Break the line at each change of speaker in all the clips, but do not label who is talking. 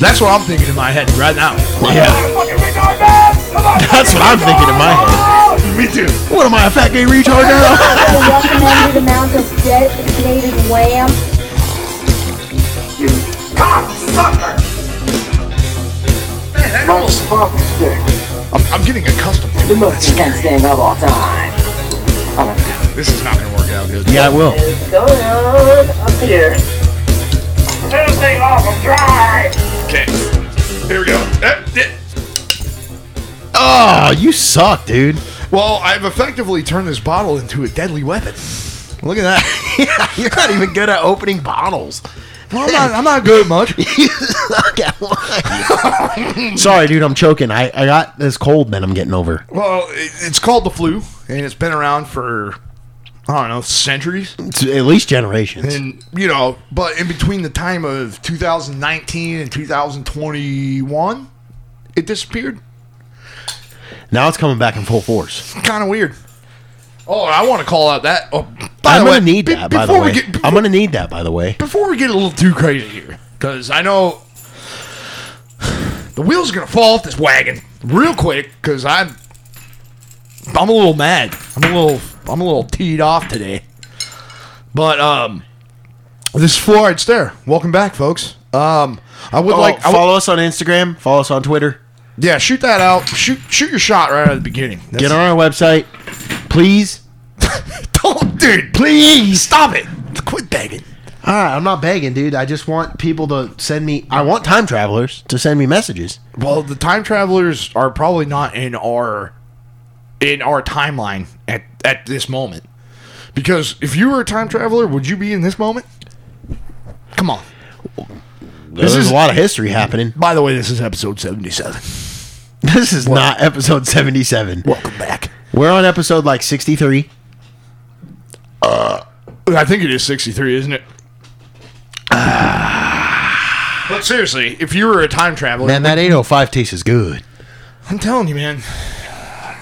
That's what I'm thinking in my head right now.
Yeah,
Fucking retard, man! Come on!
that's what I'm thinking in my head.
Me too. What am I, a fat gay retard now?
I recommend you to mount a designated lamp.
You cocksucker! Motherfucker!
I'm, I'm getting accustomed to
The most intense thing of all time. Oh,
it. This is not going to work out good.
Yeah, it will.
it's going on up here. This thing off, I'm dry!
Okay. Here we go. Eh, eh.
Oh, you suck, dude.
Well, I've effectively turned this bottle into a deadly weapon.
Look at that. You're not even good at opening bottles.
Well, I'm not, I'm not good at much.
You suck at life. Sorry, dude. I'm choking. I, I got this cold that I'm getting over.
Well, it, it's called the flu, and it's been around for, I don't know, centuries.
It's at least generations.
And, you know, but in between the time of 2019 and 2021, it disappeared.
Now it's coming back in full force.
Kind of weird. Oh, I want to call out that. Oh, by
I'm
the way,
gonna need
be-
that. By the
before we
way,
get- before-
I'm gonna need that. By the way.
before we get a little too crazy here, because I know the wheels are gonna fall off this wagon real quick. Because I'm, I'm a little mad. I'm a little, I'm a little teed off today. But um, this is fluoride stare. Welcome back, folks. Um, I would like, I would-
Oh, follow us on Instagram. Follow us on Twitter.
yeah, shoot that out. Shoot, shoot your shot right at the beginning. That's,
Get on our website, please.
don't, dude. Please stop it. Quit begging.
All right, I'm not begging, dude. I just want people to send me. I want time travelers to send me messages.
Well, the time travelers are probably not in our in our timeline at at this moment. Because if you were a time traveler, would you be in this moment? Come on.
This
is-
is a lot of history happening.
By the way, this is episode 77.
This is not episode 77.
Welcome back.
We're on episode like 63.
I think it is 63, isn't it? But seriously, if you were a time traveler,
Man, that 805 tastes is good.
I'm telling you, man,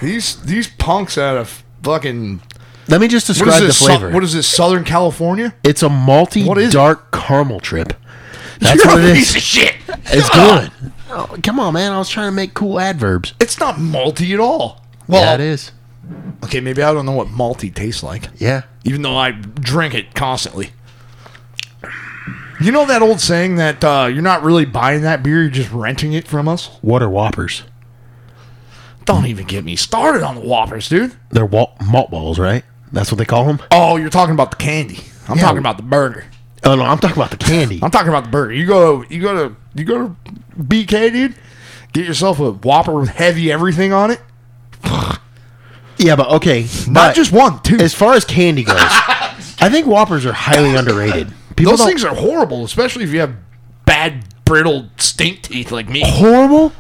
these these punks out of fucking
Let me just
what is
describe the
this? Su-
flavor.
what is this? Southern California?
it's a malty
What is it?
dark caramel trip. That's
You're
what
a
it
piece
is.
of shit.
It's good. Oh, come on, man. I was trying to make cool adverbs.
It's not malty at all. Well,
yeah, it is.
okay, maybe I don't know what malty tastes like,
Yeah.
even though I drink it constantly. You know that old saying that uh, you're not really buying that beer, you're just renting it from us?
What are whoppers?
Don't even get me started on the Whoppers, dude.
They're wa- malt balls, right? That's what they call them?
Oh, you're talking about the candy. I'm talking about the burger.
Oh, no. I'm talking about the candy.
I'm talking about the burger. You go to you go to you go to BK, dude. Get yourself a Whopper with heavy everything on it.
Yeah, but okay.
Not
but-
just one, two.
as far as candy goes, I think Whoppers are highly underrated. People
Those
don't-
things are horrible, especially if you have bad, brittle, stink teeth like me.
horrible.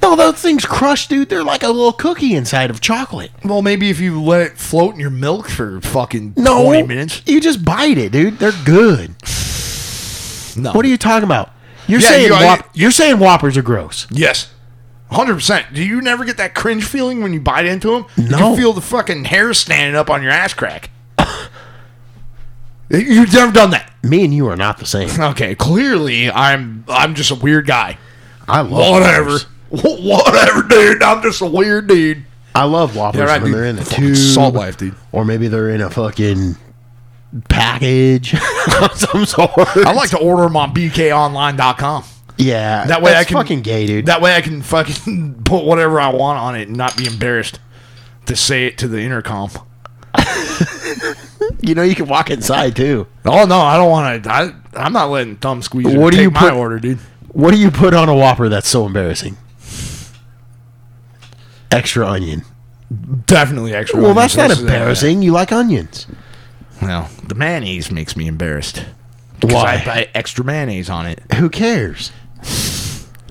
No, those things crush, dude. They're like a little cookie inside of chocolate.
Well, maybe if you let it float in your milk for fucking
No,
20 minutes.
You just bite it, dude. They're good.
No.
What are you talking about? You're
Yeah,
saying
you- I-
Whop- you're saying Whoppers are gross.
Yes. 100%. Do you never get that cringe feeling when you bite into them? You
No.
can feel the fucking hair standing up on your ass crack. You've never done that.
Me and you are not the same.
Okay, clearly I'm I'm just a weird guy.
I love
Whatever.
Whoppers.
Wh- Whatever, dude. I'm just a weird dude.
I love Whoppers
Yeah, right,
when
dude.
they're in a
Fucking
tube,
salt life, dude.
or maybe they're in a fucking package of some sort.
I like to order them on bkonline.com.
yeah,
That way
that's
I can
fucking gay, dude.
That way I can fucking put whatever I want on it and not be embarrassed to say it to the intercom.
you know, you can walk inside too.
Oh no, I don't want to. I I'm not letting thumb squeeze. What
What do
do
you
my
put-
order, dude?
What do you put on a Whopper that's so embarrassing? Extra onion.
Definitely extra.
Well,
onions.
that's not
This is, uh,
embarrassing. You like onions.
Well, the mayonnaise makes me embarrassed. 'Cause
uh, Why?
I buy extra mayonnaise on it
Who cares?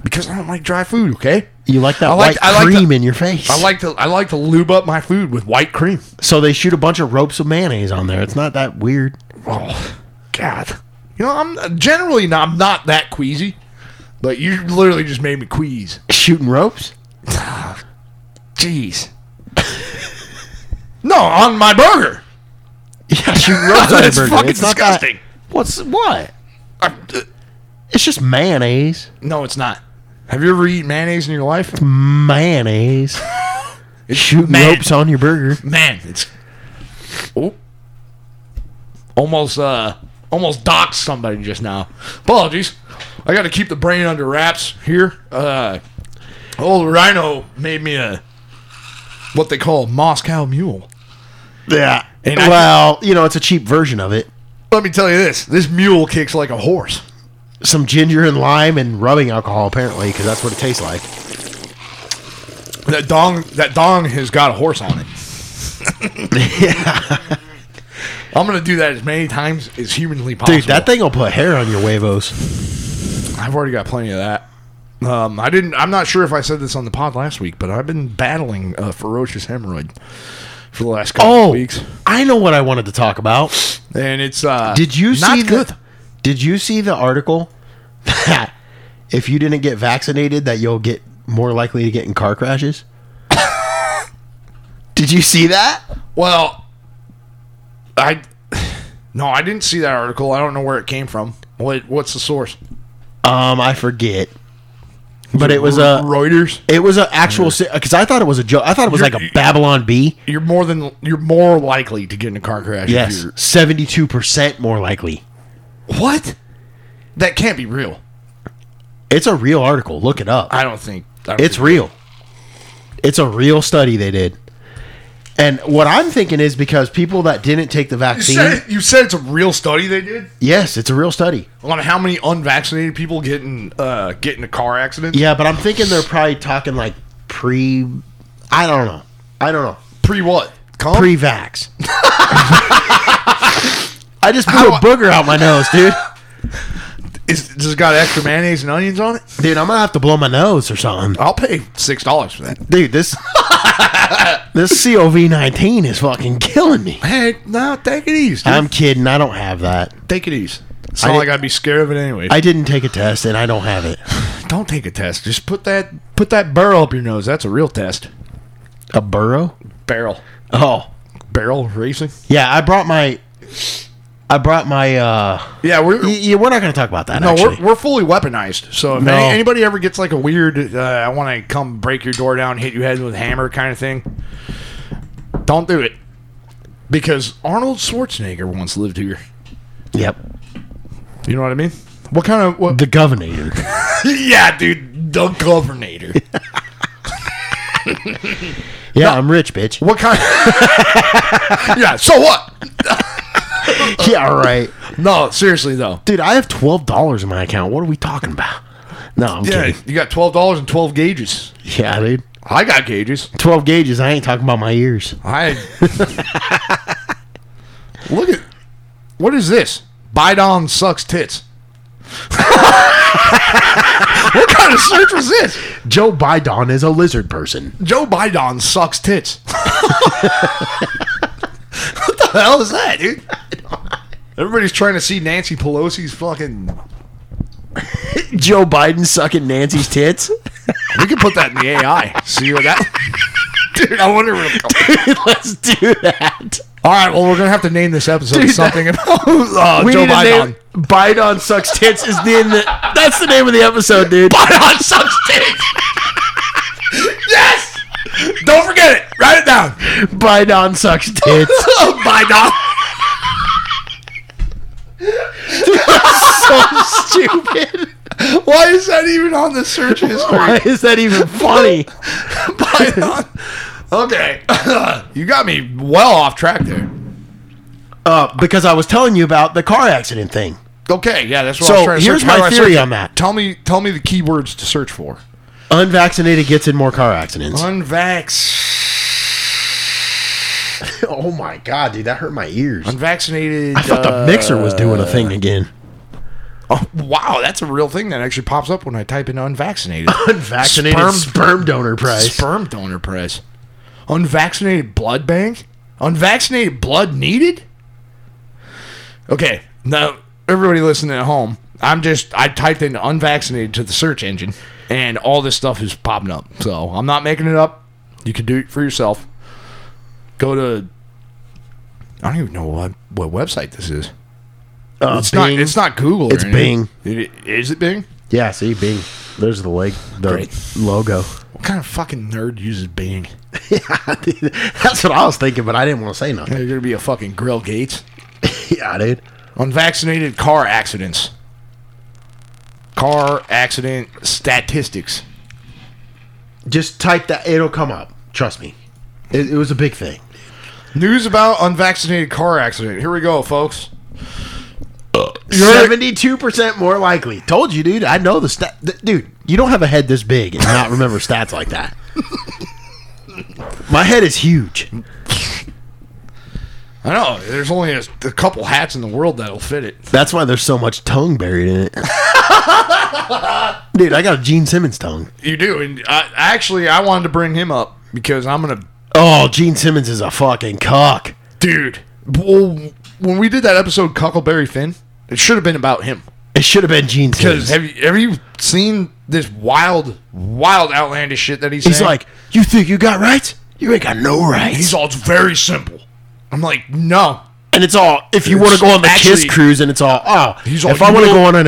because I don't like dry food. Okay.
You like that
I like-
white
I like
cream
the-
in your face.
I like to I like to lube up my food with white cream.
So they shoot a bunch of ropes of mayonnaise on there. It's not that weird.
Oh, God. You know, I'm generally not, I'm not that queasy, but you literally just made me quease.
Shooting ropes?
Jeez. no, on my burger.
Yeah, shooting ropes on a
That's
burger.
fucking
not that-
disgusting.
What's what?
I- uh,
It's just mayonnaise.
No, it's not. Have you ever eaten mayonnaise in your life?
Mayonnaise.
It's
Shooting
man,
ropes on your burger.
Man, it's oh, almost uh, almost doxed somebody just now. Apologies. I got to keep the brain under wraps here. Uh, old Rhino made me a what they call a Moscow Mule.
Yeah.
And I-
well, you know, it's a cheap version of it.
Let me tell you this: this mule kicks like a horse.
Some ginger and lime and rubbing alcohol, apparently, because that's what it tastes like.
That dong, that dong has got a horse on it. I'm gonna do that as many times as humanly possible.
Dude, that thing will put hair on your huevos.
I've already got plenty of that. Um, I didn't. I'm not sure if I said this on the pod last week, but I've been battling a ferocious hemorrhoid for the last couple of
Oh,
weeks,
I know what I wanted to talk about.
and it's uh,
Did you
not
see
good?
the? Did you see the article that if you didn't get vaccinated, that you'll get more likely to get in car crashes? did you see that?
Well, I no, I didn't see that article. I don't know where it came from. What what's the source?
Um, I forget, but it was uh, a
Reuters.
it was an actual because I thought it was a joke. I thought it was
You're-
like a Babylon B.
You're more than you're more likely to get in a car crash. if
Yes,
you're-
seventy two percent more likely.
What? That can't be real.
It's a real article. Look it up.
I don't think. I don't
It's
think-
real. It's a real study they did. And what I'm thinking is because people that didn't take the
You
vaccine,
said, you said it's a real study they did
yes, it's a real study.
on how many unvaccinated people get in uh, get into car accidents.
Yeah, but I'm thinking they're probably talking like pre. I don't know. I don't know.
Pre what? Cum?
Pre-vax. I just blew a booger out my nose, dude.
Is, does it got extra mayonnaise and onions on it?
Dude, I'm gonna have to blow my nose or something.
I'll pay six dollars for that.
Dude, this this COVID-19 is fucking killing me.
Hey, no, take it easy. Dude.
I'm kidding. I don't have that.
take it easy. It's not
I-
like I'd be scared of it anyway.
I didn't take a test, and I don't have it.
don't take a test. Just put that put that barrel up your nose. That's a real test.
A burrow?
Barrel.
Oh,
Barrel racing.
yeah. I brought my. I brought my. uh
Yeah, we're
y- Yeah, we're not going to talk about that.
No,
actually.
we're, we're fully weaponized. So if
No.
any, anybody ever gets like a weird, uh, I want to come break your door down, hit you head with a hammer kind of thing, don't do it. Because Arnold Schwarzenegger once lived here.
yep.
You know what I mean? What kind of what?
The governor.
yeah, dude, the governor.
Yeah, I'm rich, bitch.
what kind? yeah. So what?
yeah, all right.
No, seriously though.
Dude, I have twelve dollars in my account. What are we talking about? No, I'm
Yeah,
kidding.
you got twelve dollars and twelve gauges.
Yeah, dude.
I got gauges.
Twelve gauges. I ain't talking about my ears.
I look at what is this? Bidon sucks tits. what kind of search was this?
Joe Biden is a lizard person.
Joe Bidon sucks tits. what the hell is that, dude? Everybody's trying to see Nancy Pelosi's fucking.
Joe Biden sucking Nancy's tits.
We can put that in the AI. See what that. Dude, I wonder. What
Let's do that.
All right, well, we're gonna have to name this episode
Dude,
something about uh,
We
Joe
need to
Biden.
name- Biden sucks tits is the, in the that's the name of the episode, dude.
Bidon sucks tits. yes. Don't forget it. Write it down.
Biden sucks tits.
Bidon.
so stupid.
Why is that even on the search
Why
history?
is that even funny?
Bidon. Okay. you got me well off track there.
Uh, because I was telling you about the car accident thing.
Okay, yeah, that's what
So,
I was trying to
here's
search. How
my
do I search
theory
it?
on that.
Tell me tell me the keywords to search for.
Unvaccinated gets in more car accidents.
Unvax
Oh my god, dude, that hurt my ears.
unvaccinated
I thought the mixer was doing a thing again.
Oh, wow, that's a real thing that actually pops up when I type in unvaccinated.
Unvaccinated
Sperm-
sperm, donor price.
Sperm donor price. Unvaccinated blood bank? Unvaccinated blood needed? Okay, now everybody listening at home, I'm just I typed in unvaccinated to the search engine and all this stuff is popping up. So I'm not making it up. You can do it for yourself. Go to I don't even know what what website this is.
Uh,
It's
Bing.
not. It's not Google. or
It's
anything. It- is it Bing?
Yeah, see Bing. There's the leg, the
Great.
logo.
What kind of fucking nerd uses Bing?
yeah, dude, that's what I was thinking, but I didn't want to say nothing.
You're gonna be a fucking Grill Gates.
yeah, dude.
Unvaccinated car accidents. Car accident statistics.
Just type that; it'll come up. Trust me. It, it was a big thing.
News about unvaccinated car accident. Here we go, folks.
Uh, Seventy-two percent more likely. Told you, dude. I know the stat. Th- dude, you don't have a head this big and not remember stats like that. My head is huge.
I know. There's only a, a couple hats in the world that'll fit it.
That's why there's so much tongue buried in it. dude, I got a Gene Simmons tongue.
You do, and I, actually, I wanted to bring him up because I'm gonna,
Oh, Gene Simmons is a fucking cock.
dude. Well, when we did that episode, Cuckleberry Finn, it should have been about him.
It should have been Gene
Because
Simmons.
have you have you seen this wild, wild, outlandish shit that he's
He's
saying?
like, you think you got rights? You ain't got no rights.
he's all it's very simple. I'm like, no,
and it's all if you want to
It's
go on the Kiss
actually-
cruise, and it's all oh,
He's all,
if I
"You
want to
will-
go on an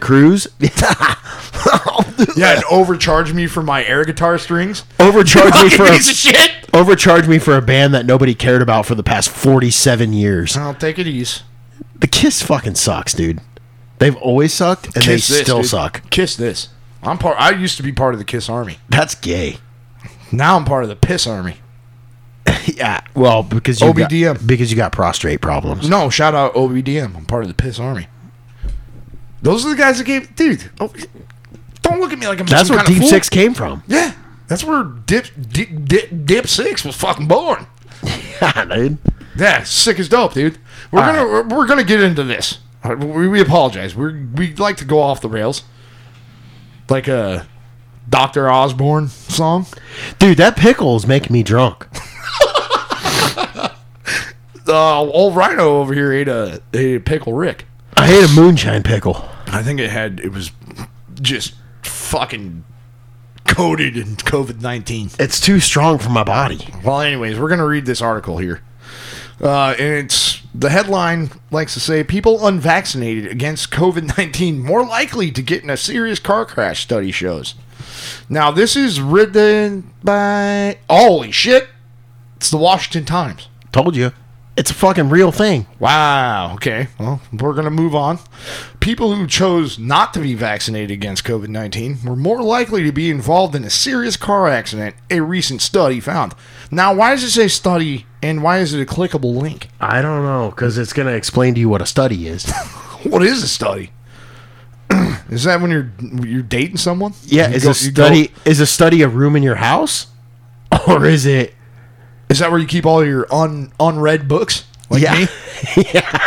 cruise,
yeah, and overcharge me for my air guitar strings.
overcharge me for
piece
a,
of shit.
overcharge me for a band that nobody cared about for the past forty seven years.
I'll take it easy.
The Kiss fucking sucks, dude. They've always sucked, and
Kiss
they
this,
still
dude.
suck.
Kiss this. I'm part. I used to be part of the Kiss Army.
That's gay.
Now I'm part of the Piss Army.
Yeah. uh, Well, because you
OBDM.
got, because you got prostrate problems.
No, shout out OBDM. I'm part of the Piss Army. Those are the guys that gave, dude. oh, don't look at me like I'm.
That's
some
where
kind of
Deep
fool.
Six came from.
Yeah, that's where Dip Dip, Dip Dip Six was fucking born.
dude.
Yeah, sick as dope, dude. We're
All
gonna we're, we're gonna get into this. All right, We, we apologize. We we like to go off the rails, like a Doctor Osborne song.
Dude, that pickle is making me drunk.
Uh, old Rhino over here ate a ate a pickle Rick.
I hate a moonshine pickle.
I think it had it was just fucking coated in COVID nineteen.
It's too strong for my body.
Well, anyways, we're going to read this article here. Uh, and it's the headline likes to say people unvaccinated against COVID 19 more likely to get in a serious car crash, study shows. Now, this is written by. Holy shit! It's the Washington Times.
Told you. It's a fucking real thing.
Wow. Okay. Well, we're going to move on. People who chose not to be vaccinated against COVID 19 were more likely to be involved in a serious car accident, a recent study found. Now, why does it say study and why is it a clickable link?
I don't know, because it's going to explain to you what a study is.
What is a study? is that when you're you're dating someone?
yeah,
You
is
go-
a
you go-
study is a study a room in your house? Or is it
is that where you keep all your un, unread books? Like
Yeah.
me?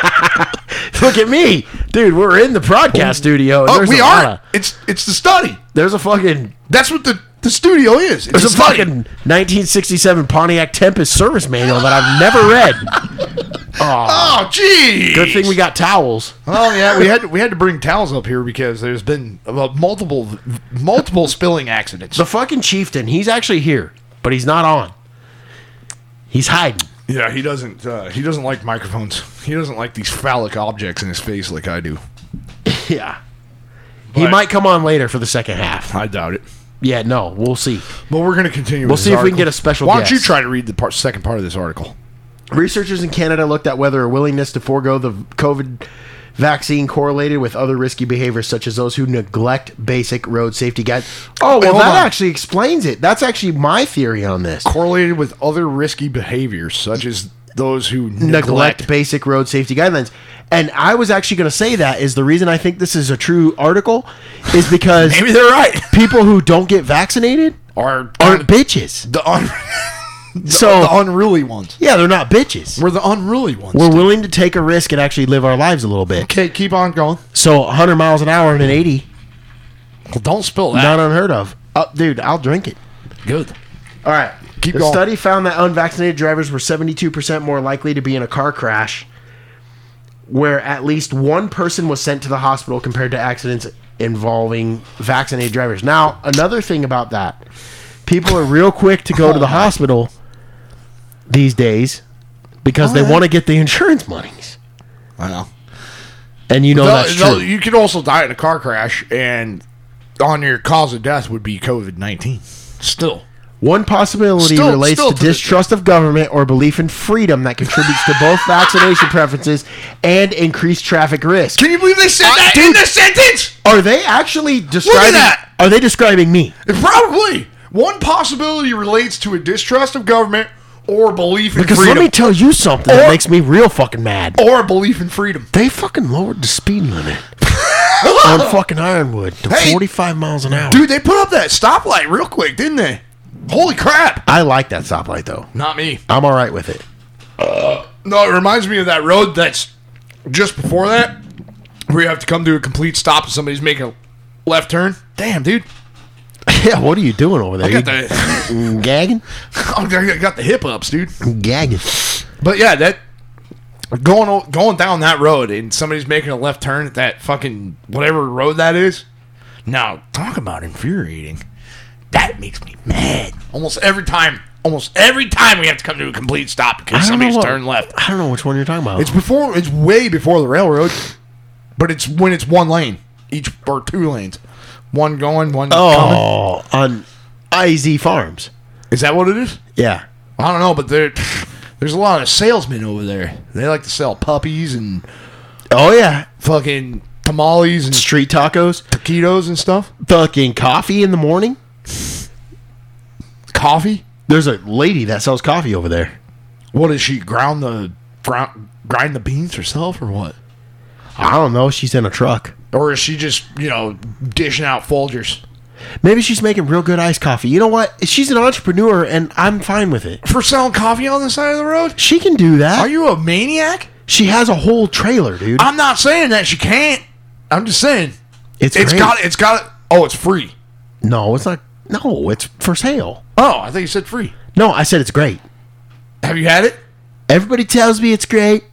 Look at me. Dude, we're in the broadcast studio. and
Oh,
there's
we
a
are.
lot of-
it's it's the study.
there's a fucking
That's what the, the studio is. It's
there's a
study.
fucking 1967 Pontiac Tempest service manual that I've never read.
Oh, gee.
Good thing we got towels.
Well, yeah, we had we had to bring towels up here because there's been uh, multiple multiple spilling accidents.
The fucking chieftain, he's actually here, but he's not on. He's hiding.
Yeah, he doesn't uh, he doesn't like microphones. He doesn't like these phallic objects in his face like I do.
Yeah. He
But-
might come on later for the second half.
I doubt it.
Yeah, no, we'll see.
But we're gonna continue.
We'll see if we can get a special
Why don't you
guest.
try to read the part, second part of this article?
Researchers in Canada looked at whether a willingness to forego the COVID vaccine correlated with other risky behaviors, such as those who neglect basic road safety guides. Oh, well,
hold
that
on.
actually explains it. That's actually my theory on this.
Correlated with other risky behaviors such as those who
neglect,
neglect.
basic road safety guidelines. And I was actually going to say that is the reason I think this is a true article is because
Maybe they're right.
people who don't get vaccinated
Are
aren't bitches.
the, un-
so
the unruly ones?
yeah, they're not bitches.
We're the unruly ones.
We're willing to take a risk and actually live our lives a little bit.
okay, keep on going.
So 100 miles an hour and an 80,
Well, don't spill that.
not unheard of. Uh, dude, I'll drink it.
Good.
All right.
Keep
the
going.
study found that unvaccinated drivers were 72% more likely to be in a car crash where at least one person was sent to the hospital compared to accidents involving vaccinated drivers. Now, another thing about that people are real quick to go to the hospital Oh these days because they want to get the insurance monies.
Wow.
and you know
No,
that's
no,
true.
you could also die in a car crash, and on your cause of death would be COVID nineteen. Still,
One possibility
Still-
relates
still
to
to this-
distrust of government or belief in freedom that contributes to both vaccination preferences and increased traffic risk.
can you believe they said that in
dude.
the sentence?
Are they actually describing?
that.
Are they describing me?
Probably one possibility relates to a distrust of government or belief in
Because
freedom,
let me tell you something that
Or-
makes me real fucking mad.
or a belief in freedom.
They fucking lowered the speed limit on fucking Ironwood to
Hey.
45 miles an hour.
Dude, they put up that stoplight real quick, didn't they? Holy crap!
I like that stoplight though.
Not me.
I'm all right with it.
No, it reminds me of that road that's just before that, where you have to come to a complete stop and somebody's making a left turn. Damn, dude,
Yeah, what are you doing over there?
I got the
You gagging?
I got the hip ups, dude.
Gagging.
But yeah, that going o- going down that road and somebody's making a left turn at that fucking whatever road that is. Now talk about infuriating. That makes me mad. Almost every time, almost every time we have to come to a complete stop because somebody's turned left.
I don't know which one you're talking about.
It's before. It's way before the railroad, but it's when it's one lane each or two lanes, one going, one coming.
oh, on IZ Farms.
Is that what it is?
Yeah.
I don't know, but there, there's a lot of salesmen over there. They like to sell puppies and
Oh yeah.
fucking tamales and
Street tacos,
taquitos and stuff.
fucking coffee in the morning.
Coffee.
There's a lady that sells coffee over there.
What does she ground the ground, grind the beans herself or what?
I don't know. She's in a truck.
Or is she just you know dishing out Folgers?
Maybe she's making real good iced coffee. You know what? She's an entrepreneur, and I'm fine with it.
For selling coffee on the side of the road?
She can do that.
Are you Uh, a maniac?
She has a whole trailer, dude.
I'm not saying that she can't. I'm just saying
it's
it's
great.
got it's got oh it's free.
No, it's not. No, it's for sale.
Oh, I think you said free.
No, I said it's great.
Have you had it?
Everybody tells me it's great,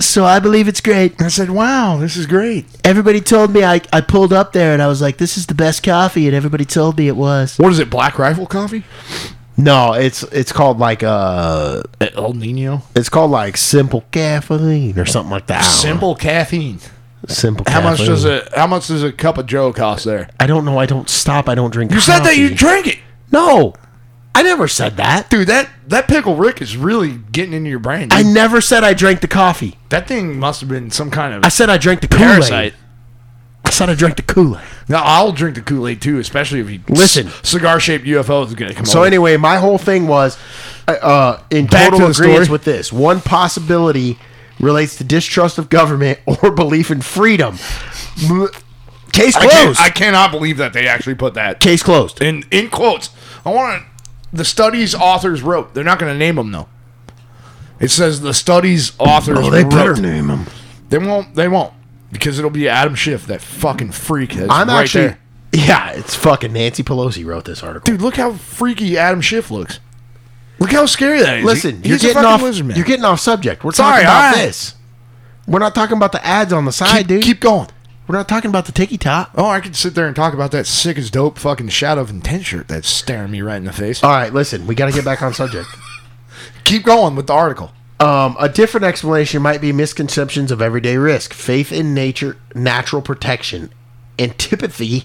so I believe it's great.
I said, "Wow, this is great."
Everybody told me I, I pulled up there and I was like, this is the best coffee, and everybody told me it was.
What is it? Black Rifle Coffee?
No, it's it's called like uh
El Nino.
it's called like simple caffeine or something like that. I don't know.
Simple caffeine.
simple.
How much
caffeine.
does it? How much does a cup of Joe cost there?
I don't know. I don't stop. I don't drink.
You said that you
coffee.
drank it,
No, I never said that.
dude. That that pickle Rick is really getting into your brain.
I
dude.
never said I drank the coffee.
that thing must have been some kind of
I said I drank the Kool Aid.
parasite.
I said I drank the Kool Aid.
Now I'll drink the Kool Aid too, especially if you
Listen.
Cigar shaped UFO is gonna come.
So
over.
anyway, my whole thing was uh, uh, in
Back
total
to the
agreement
story.
with this. One possibility relates to distrust of government or belief in freedom. M- Case
I, can't-
closed.
I cannot believe that they actually put that.
Case closed.
in in quotes. I want to, the studies authors wrote. They're not going to name them though. It says the studies authors. wrote.
Oh, name him.
They won't. They won't because it'll be Adam Schiff, that fucking freak. That's
I'm
right
actually.
there.
Yeah, it's fucking Nancy Pelosi wrote this article.
dude. Look how freaky Adam Schiff looks. Look how scary that is.
Listen,
He-
you're
he's a
getting
fucking
off.
lizard man.
You're getting off subject. We're
Sorry,
talking about
alright.
this. We're not talking about the ads on the side,
keep,
dude.
keep going.
We're not talking about the ticky top.
Oh, I could sit there and talk about that sick as dope fucking shadow of intent shirt that's staring me right in the face.
All right, listen. We got to get back on subject.
keep going with the article.
Um, a different explanation might be misconceptions of everyday risk, faith in nature, natural protection, antipathy.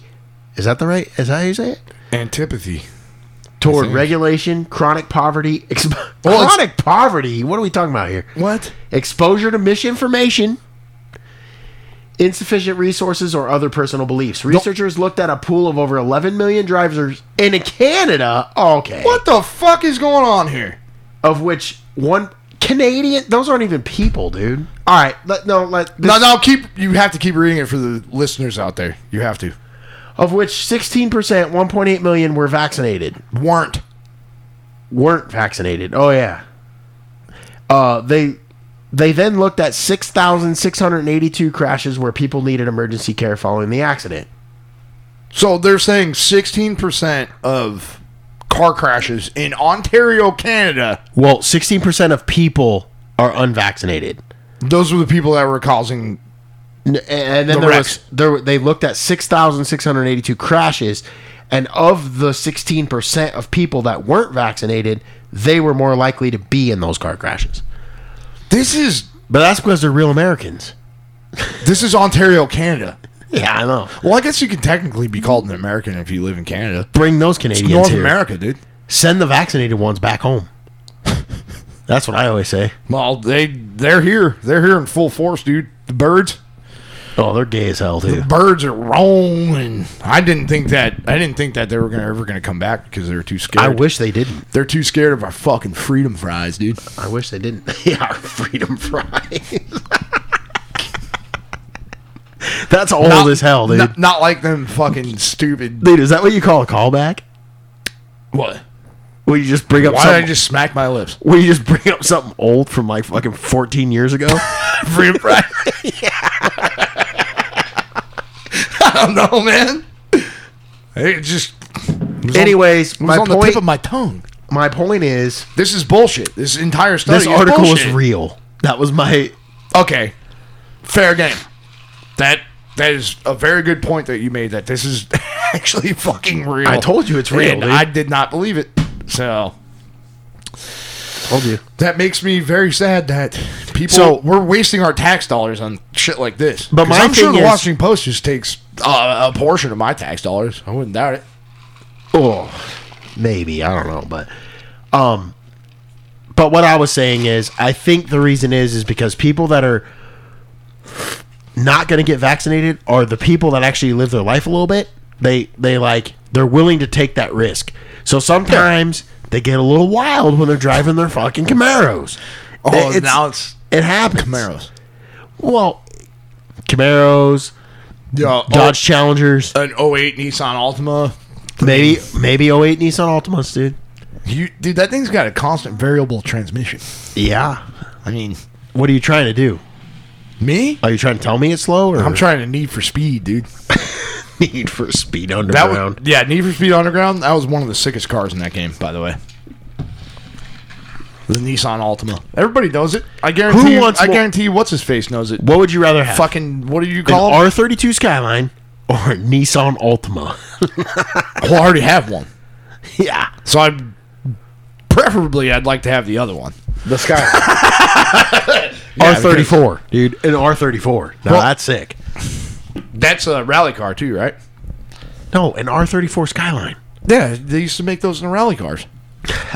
Is that the right? Is that how you say it?
Antipathy.
Toward
think.
regulation, chronic poverty, exp-
Well, it's-
chronic poverty. What are we talking about here?
What?
Exposure to misinformation, insufficient resources, or other personal beliefs. Researchers looked at a pool of over 11 million drivers in Canada. Okay,
What the fuck is going on here?
of which one Canadian? Those aren't even people, dude. All right, let no let this-
No, no, keep. You have to keep reading it for the listeners out there. You have to.
of which 16%, 1.8 million were vaccinated.
Weren't.
Weren't vaccinated. Oh yeah. Uh, they they then looked at 6,682 crashes where people needed emergency care following the accident.
So they're saying 16% of car crashes in Ontario, Canada,
Well, 16% of people are unvaccinated.
those were the people that were causing.
N- and then
The
there
wrecks.
was there were- they looked at 6,682 crashes and of the 16% of people that weren't vaccinated, they were more likely to be in those car crashes.
This is.
But that's because they're real Americans.
This is Ontario, Canada.
Yeah, I know.
Well, I guess you can technically be called an American if you live in Canada.
Bring those Canadians
North
here.
America, dude.
Send the vaccinated ones back home. That's what I always say.
Well, they they're here. They're here in full force, dude. The birds.
Oh, they're gay as hell too.
Birds are wrong, and I didn't think that. I didn't think that they were gonna, ever going to come back because they were too scared.
I wish they didn't.
they're too scared of our fucking freedom fries, dude.
I wish they didn't. yeah, our freedom fries. That's old as hell, dude.
Not, not like them fucking stupid.
dude, is that what you call a callback?
What?
Will you just bring up
Why did
something?
I just smack my lips?
will you just bring up something old from like fucking 14 years ago?
Freedom fries. I don't know, man. It just it was on-
Anyways,
it was
my
on the
point-
tip of my tongue.
My point is,
This is bullshit. This entire study.
this
is
article was
bullshit.
real. That was my
okay. Fair game. That that is a very good point that you made. That this is actually fucking real.
I told you it's real,
And
dude.
I did not believe it. So
told you.
that makes me very sad that people.
So-
we're wasting our tax dollars on shit like this.
But
'Cause
my
I'm sure
thing
the
is-
Washington Post just takes uh, a portion of my tax dollars. I wouldn't doubt it.
Oh, maybe I don't know, but um, but what I was saying is, I think the reason is is because people that are not going to get vaccinated are the people that actually live their life a little bit. They they like they're willing to take that risk. So sometimes they get a little wild when they're driving their fucking Camaros.
Oh,
It's-
now it's
It happens.
Camaros.
Well, Camaros,
Yeah, oh,
Dodge Challengers,
an 08 Nissan Altima.
maybe maybe 08 Nissan Altimas, dude.
You, dude, that thing's got a constant variable transmission.
Yeah.
I mean,
What are you trying to do?
me?
Are you trying to tell me it's slow? Or
I'm trying to Need for Speed, dude.
Need for Speed
That was, yeah, Need for Speed Underground. That was one of the sickest cars in that game, by the way. The Nissan Altima. Everybody knows it. I guarantee.
Who
you-
wants
I
more-
guarantee. you What's his face knows it.
what would you rather have?
Fucking. What do you
an
call it?
R32 Skyline or a Nissan Altima?
well, I already have one,
yeah,
so I'm preferably I'd like to have the other one.
the Skyline. R34, dude, an R34. Now
Well-
that's sick.
That's a rally car too, right?
No, an R34 Skyline.
Yeah, they used to make those in rally cars.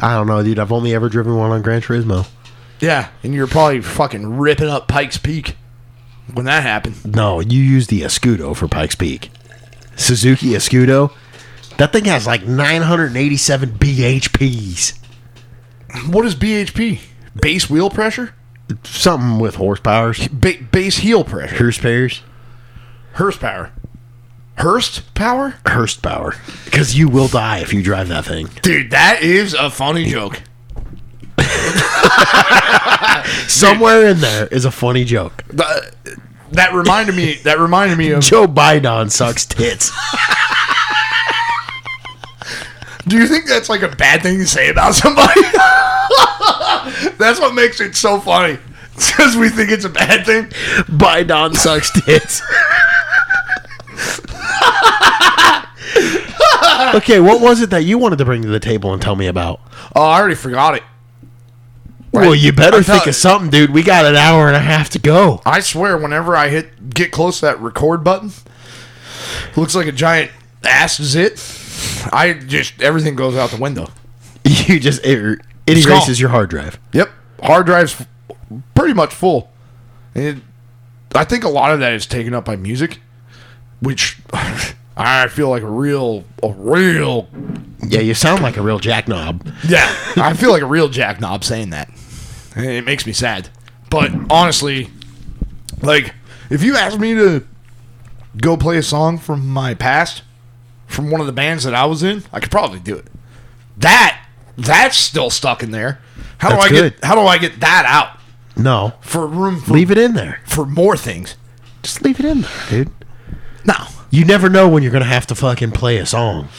I don't know, dude. I've only ever driven one on Gran Turismo.
Yeah, and you're probably fucking ripping up Pikes Peak when that happened.
No, you use the Escudo for Pikes Peak. Suzuki Escudo. That thing has like 987 bhps.
What is BHP? Base wheel pressure?
Something with horsepower,
Ba- base heel pressure.
Pierce pairs.
Hearst power. Hearst power?
Hearst power. Because you will die if you drive that thing.
Dude, that is a funny joke.
Somewhere in there is a funny joke.
Th- uh, That reminded me. That reminded me of.
Joe Biden sucks tits.
Do you think that's like a bad thing to say about somebody? that's what makes it so funny. Because we think it's a bad thing.
Biden sucks tits. okay, what was it that you wanted to bring to the table and tell me about?
Oh, I already forgot it.
Well, you better
I
think
thought-
of something, dude. We got an hour and a half to go.
I swear, whenever I hit get close to that record button, looks like a giant ass zit. I just everything goes out the window.
You just it, it
It's gone.
erases your hard drive.
Yep, hard drive's f- pretty much full. It, I think a lot of that is taken up by music, which I feel like a real, a real,
Yeah, you sound like a real jacknob.
yeah, I feel like a real jacknob saying that. And It makes me sad, but honestly, like if you asked me to go play a song from my past, from one of the bands that I was in, I could probably do it. That that's still stuck in there. How
That's
do I
good.
get how do I get that out
No,
for room for
leave it in there.
for more things.
Just leave it in there, dude.
No.
You never know when you're gonna have to fucking play a song.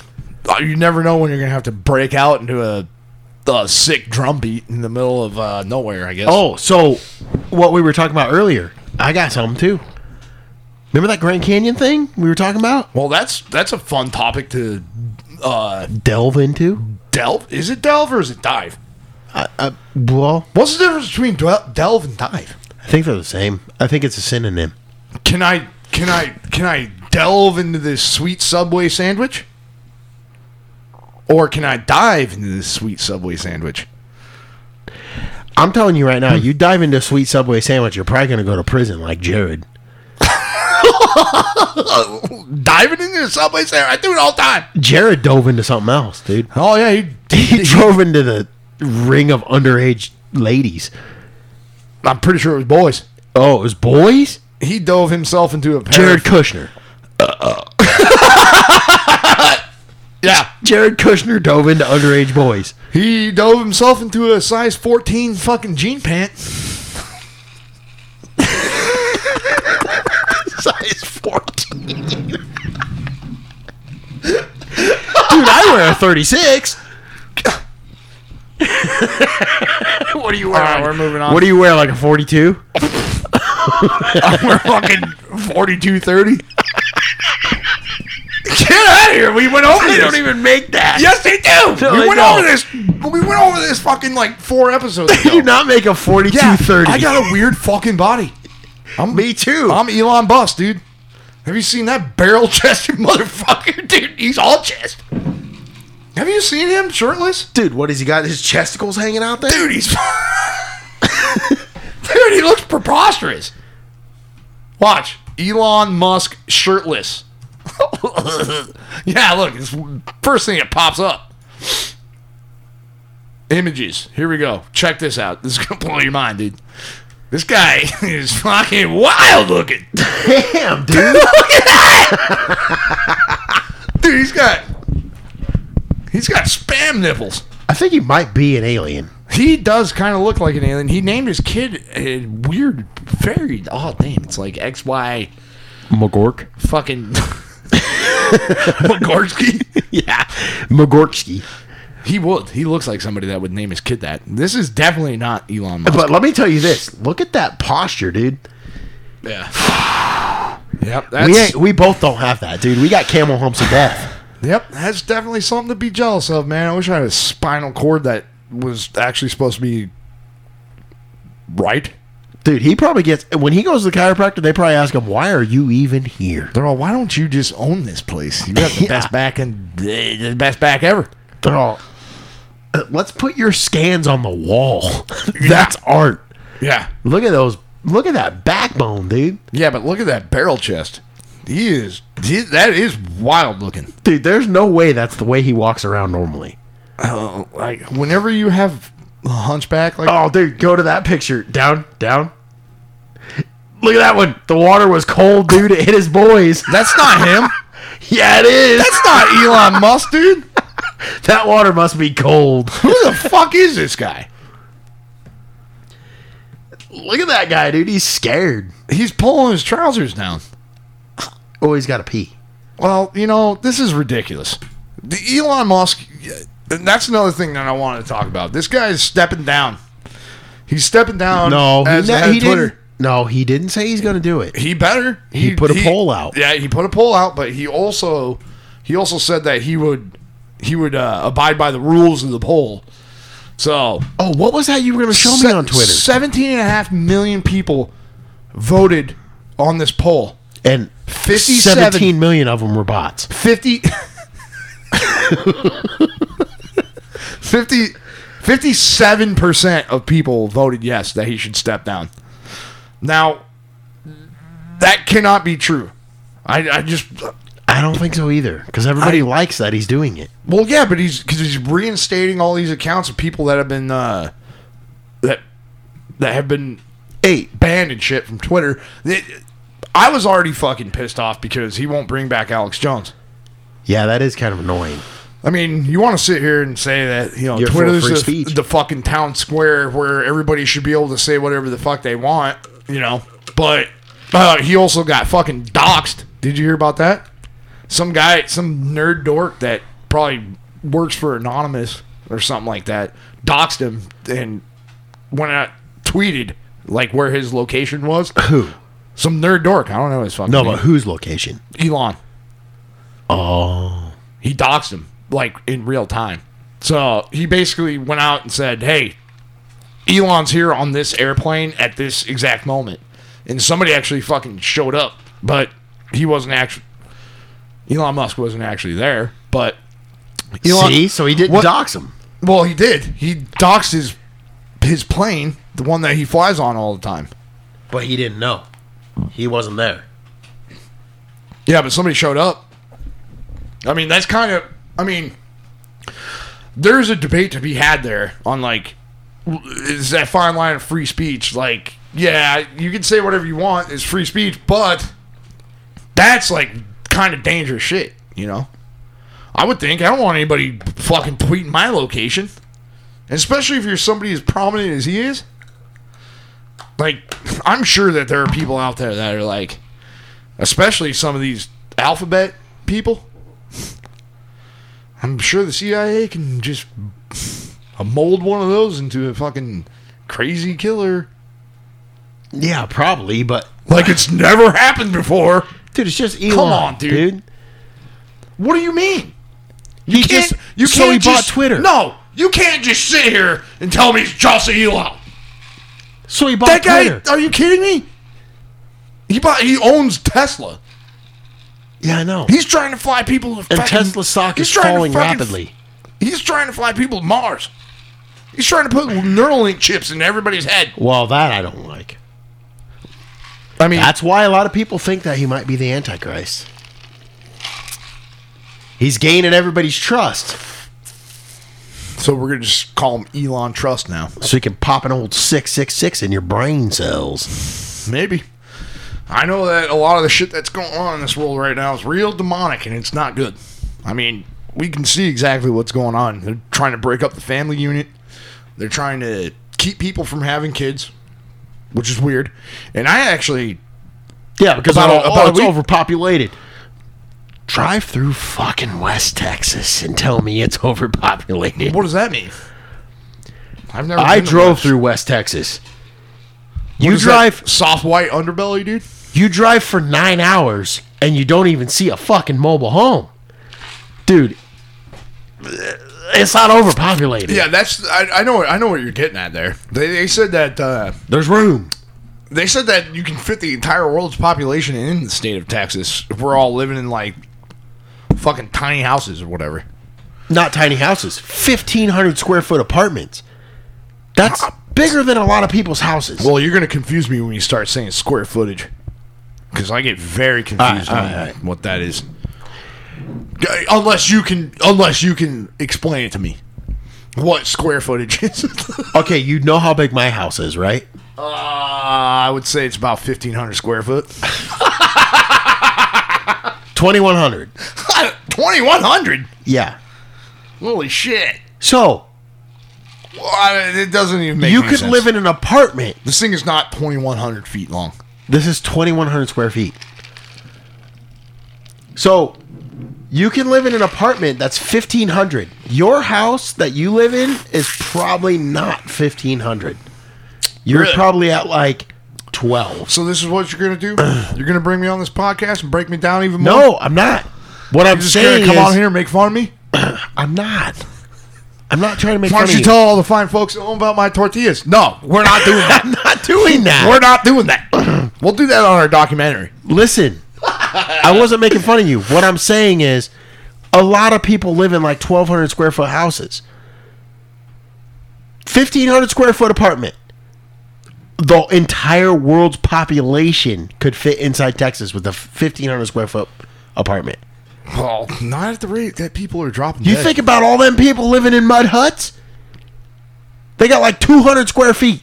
Uh, You never know when you're going to have to break out into a, a sick drum beat in the middle of uh, nowhere, I guess.
Oh, so what we were talking about earlier, I got something too. Remember that Grand Canyon thing we were talking about?
Well, that's that's a fun topic to uh,
Delve into?
delve. Is it delve or is it dive?
I, I, well,
What's the difference between dwell, delve and dive?
I think they're the same. I think it's a synonym.
Can I can I can I delve into this sweet Subway sandwich? Or can I dive into this sweet Subway sandwich?
I'm telling you right now, you dive into a sweet Subway sandwich, you're probably going to go to prison like Jared.
Diving into the Subway sandwich, I do it all the time.
Jared dove into something else, dude.
Oh yeah, you,
He drove into the ring of underage ladies.
I'm pretty sure it was boys.
Oh, it was boys?
He dove himself into a pair
Jared
of-
Kushner.
yeah,
Jared Kushner dove into underage boys.
he dove himself into a size 14 fucking jean pant.
Size 14. Dude, I wear a 36. what do you wear?
All right, we're moving on.
What do you wear, like a 42?
We're fucking 42 30. Get out of here. We went over this.
even make that.
yes, they do.
No,
we
they
went
don't.
over this. We went over this fucking like four episodes
They
ago.
do not make a 42
yeah,
30.
I got a weird fucking body. I'm,
Me too.
I'm Elon Musk, dude. Have you seen that barrel chested motherfucker, dude? He's all chest. Have you seen him shirtless?
Dude, what has he got? His chesticles hanging out there?
Dude, he's. dude, he looks preposterous. Watch. Elon Musk shirtless. yeah, look, it's first thing that pops up. Images. Here we go. Check this out. This is gonna blow your mind, dude. This guy is fucking wild looking.
Damn, dude.
Dude, he's got he's got spam nipples.
I think he might be an alien.
He does kind of look like an alien. He named his kid a weird, very odd name. It's like X Y
McGork?
fucking Mogorsky.
Yeah. McGorksky.
He would. He looks like somebody that would name his kid that. This is definitely not Elon Musk.
But let me tell you this. Look at that posture, dude.
yeah. Yep. That's,
We ain't, we both don't have that, dude. We got camel humps of death.
Yep. That's definitely something to be jealous of, man. I wish I had a spinal cord that was actually supposed to be right.
Dude, he probably gets when he goes to the chiropractor, they probably ask him, Why are you even here?
They're all, why don't you just own this place? You got the
Yeah.
best back and the best back ever.
They're all "Uh, let's put your scans on the wall. That's art.
Yeah.
Look at those look at that backbone, dude.
Yeah, but look at that barrel chest. He is he- that is wild looking.
Dude, there's no way that's the way he walks around normally.
Oh, like whenever you have a hunchback, like
Oh, dude, go to that picture. Down, down. Look at that one. The water was cold, dude. It hit his boys.
that's not him.
Yeah, it is.
That's not Elon Musk, dude.
that water must be cold.
Who the fuck is this guy?
Look at that guy, dude. He's scared.
He's pulling his trousers down.
Oh, he's got to pee.
Well, you know this is ridiculous. The Elon Musk. and That's another thing that I wanted to talk about. This guy is stepping down. He's stepping down. as the head of Twitter.
didn't. No, he didn't say he's going to do it.
he better.
He put a poll out.
Yeah, he put a poll out, but he also he also said that he would he would uh, abide by the rules of the poll. So
Oh, what was that you were going to show me on Twitter?
17 and a half million people voted on this poll.
and
57
17 million of them were bots.
50 50 57% of people voted yes that he should step down. Now that cannot be true. I, I just
I don't think so either, because everybody likes that he's doing it.
Well, yeah, but he's because he's reinstating all these accounts of people that have been uh, that that have been
Eight.
banned and shit from Twitter. It- I was already fucking pissed off because he won't bring back Alex Jones.
Yeah, that is kind of annoying.
I mean, you want to sit here and say that you know
You're for
Twitter's
free
the,
speech.
the fucking town square where everybody should be able to say whatever the fuck they want, you know? But uh, he also got fucking doxxed. Did you hear about that? Some guy, some nerd dork that probably works for Anonymous or something like that, doxed him and went out tweeted like where his location was.
Who?
Some nerd dork. I don't know his fucking
No, but
name.
whose location?
Elon.
Oh.
he doxed him like in real time. So he basically went out and said, "Hey, Elon's here on this airplane at this exact moment. and somebody actually fucking showed up, but he wasn't actually. Elon Musk wasn't actually there, but Elon,
See, so he didn't
What-
dox him.
Well, he did. He docks his his plane, the one that he flies on all the time.
But he didn't know. He wasn't there.
Yeah, but somebody showed up. I mean, that's kind of. I mean, there's a debate to be had there on like, is that fine line of free speech? Like, yeah, you can say whatever you want. It's free speech, but that's like kind of dangerous shit. You know, I would think I don't want anybody fucking tweeting my location, especially if you're somebody as prominent as he is. Like, I'm sure that there are people out there that are like, especially some of these alphabet people. I'm sure the CIA can just mold one of those into a fucking crazy killer.
Yeah, probably, but
Like it's never happened before.
dude, it's just Elon.
on, dude. What do you mean?
You
You
just
can't, you
so he
can't
bought
just-
Twitter.
No, you can't just sit here and tell me it's just Elon.
so he bought
That guy,
Twitter.
are you kidding me? He bought. He owns Tesla.
yeah, I know.
He's trying to fly people to
and
fucking-
Tesla stock
he's
is
trying to
falling
fucking-
rapidly.
He's trying to fly people to Mars. He's trying to put Neuralink chips in everybody's head.
Well, that I don't like.
I mean,
That's why a lot of people think that he might be the Antichrist. He's gaining everybody's trust,
so we're gonna just call him Elon Trust now.
so he can pop an old six six six in your brain cells.
Maybe. I know that a lot of the shit that's going on in this world right now is real demonic and it's not good. I mean, we can see exactly what's going on. They're trying to break up the family unit. They're trying to keep people from having kids, which is weird. And I actually
Yeah, because
About a-
about, oh,
about a
it's
week-
overpopulated. Drive through fucking West Texas and tell me it's overpopulated.
what does that mean? I've never
I
been to
drove
West-
through West Texas.
What
You
is that,
drive
soft white underbelly, dude?
You drive for nine hours and you don't even see a fucking mobile home. Dude, it's not overpopulated.
Yeah, that's I, I know I know what you're getting at there. They, they said that uh,
There's room.
they said that you can fit the entire world's population in the state of Texas if we're all living in like fucking tiny houses or whatever.
Not tiny houses, 1,500 square foot apartments. That's bigger than a lot of people's houses.
Well, you're gonna confuse me when you start saying square footage because I get very confused
All right,
on
all right.
what that is. G- Unless you can, unless you can explain it to me, what square footage is? uh,
okay, you know how big my house is, right?
I would say it's about fifteen hundred square foot.
2,100.
Twenty one hundred.
Yeah.
Holy shit!
So,
Well, I- it doesn't even make
you
any
could
sense.
live in an apartment.
This thing is not 2,100 feet long.
This is 2,100 square feet. So you can live in an apartment that's 1,500. Your house that you live in is probably not 1,500. You're
Really?
probably at like 12.
So this is what you're gonna do? You're gonna bring me on this podcast and break me down even more?
No, I'm not. What I'm
You're just
saying
gonna come
is,
on here and make fun of me?
I'm not. I'm not trying to make
Why
fun
don't
of
you
you.
tell all the fine folks at home about my tortillas? No, we're not doing
I'm
that.
not doing that.
we're not doing that. We'll do that on our documentary.
Listen, I wasn't making fun of you. What I'm saying is, a lot of people live in like 1,200 square foot houses, 1,500 square foot apartment. The entire world's population could fit inside Texas with a 1,500 square foot apartment.
Well, not at the rate that people are dropping.
Oh. You
dead.
think about all them people living in mud huts? They got like 200 square feet.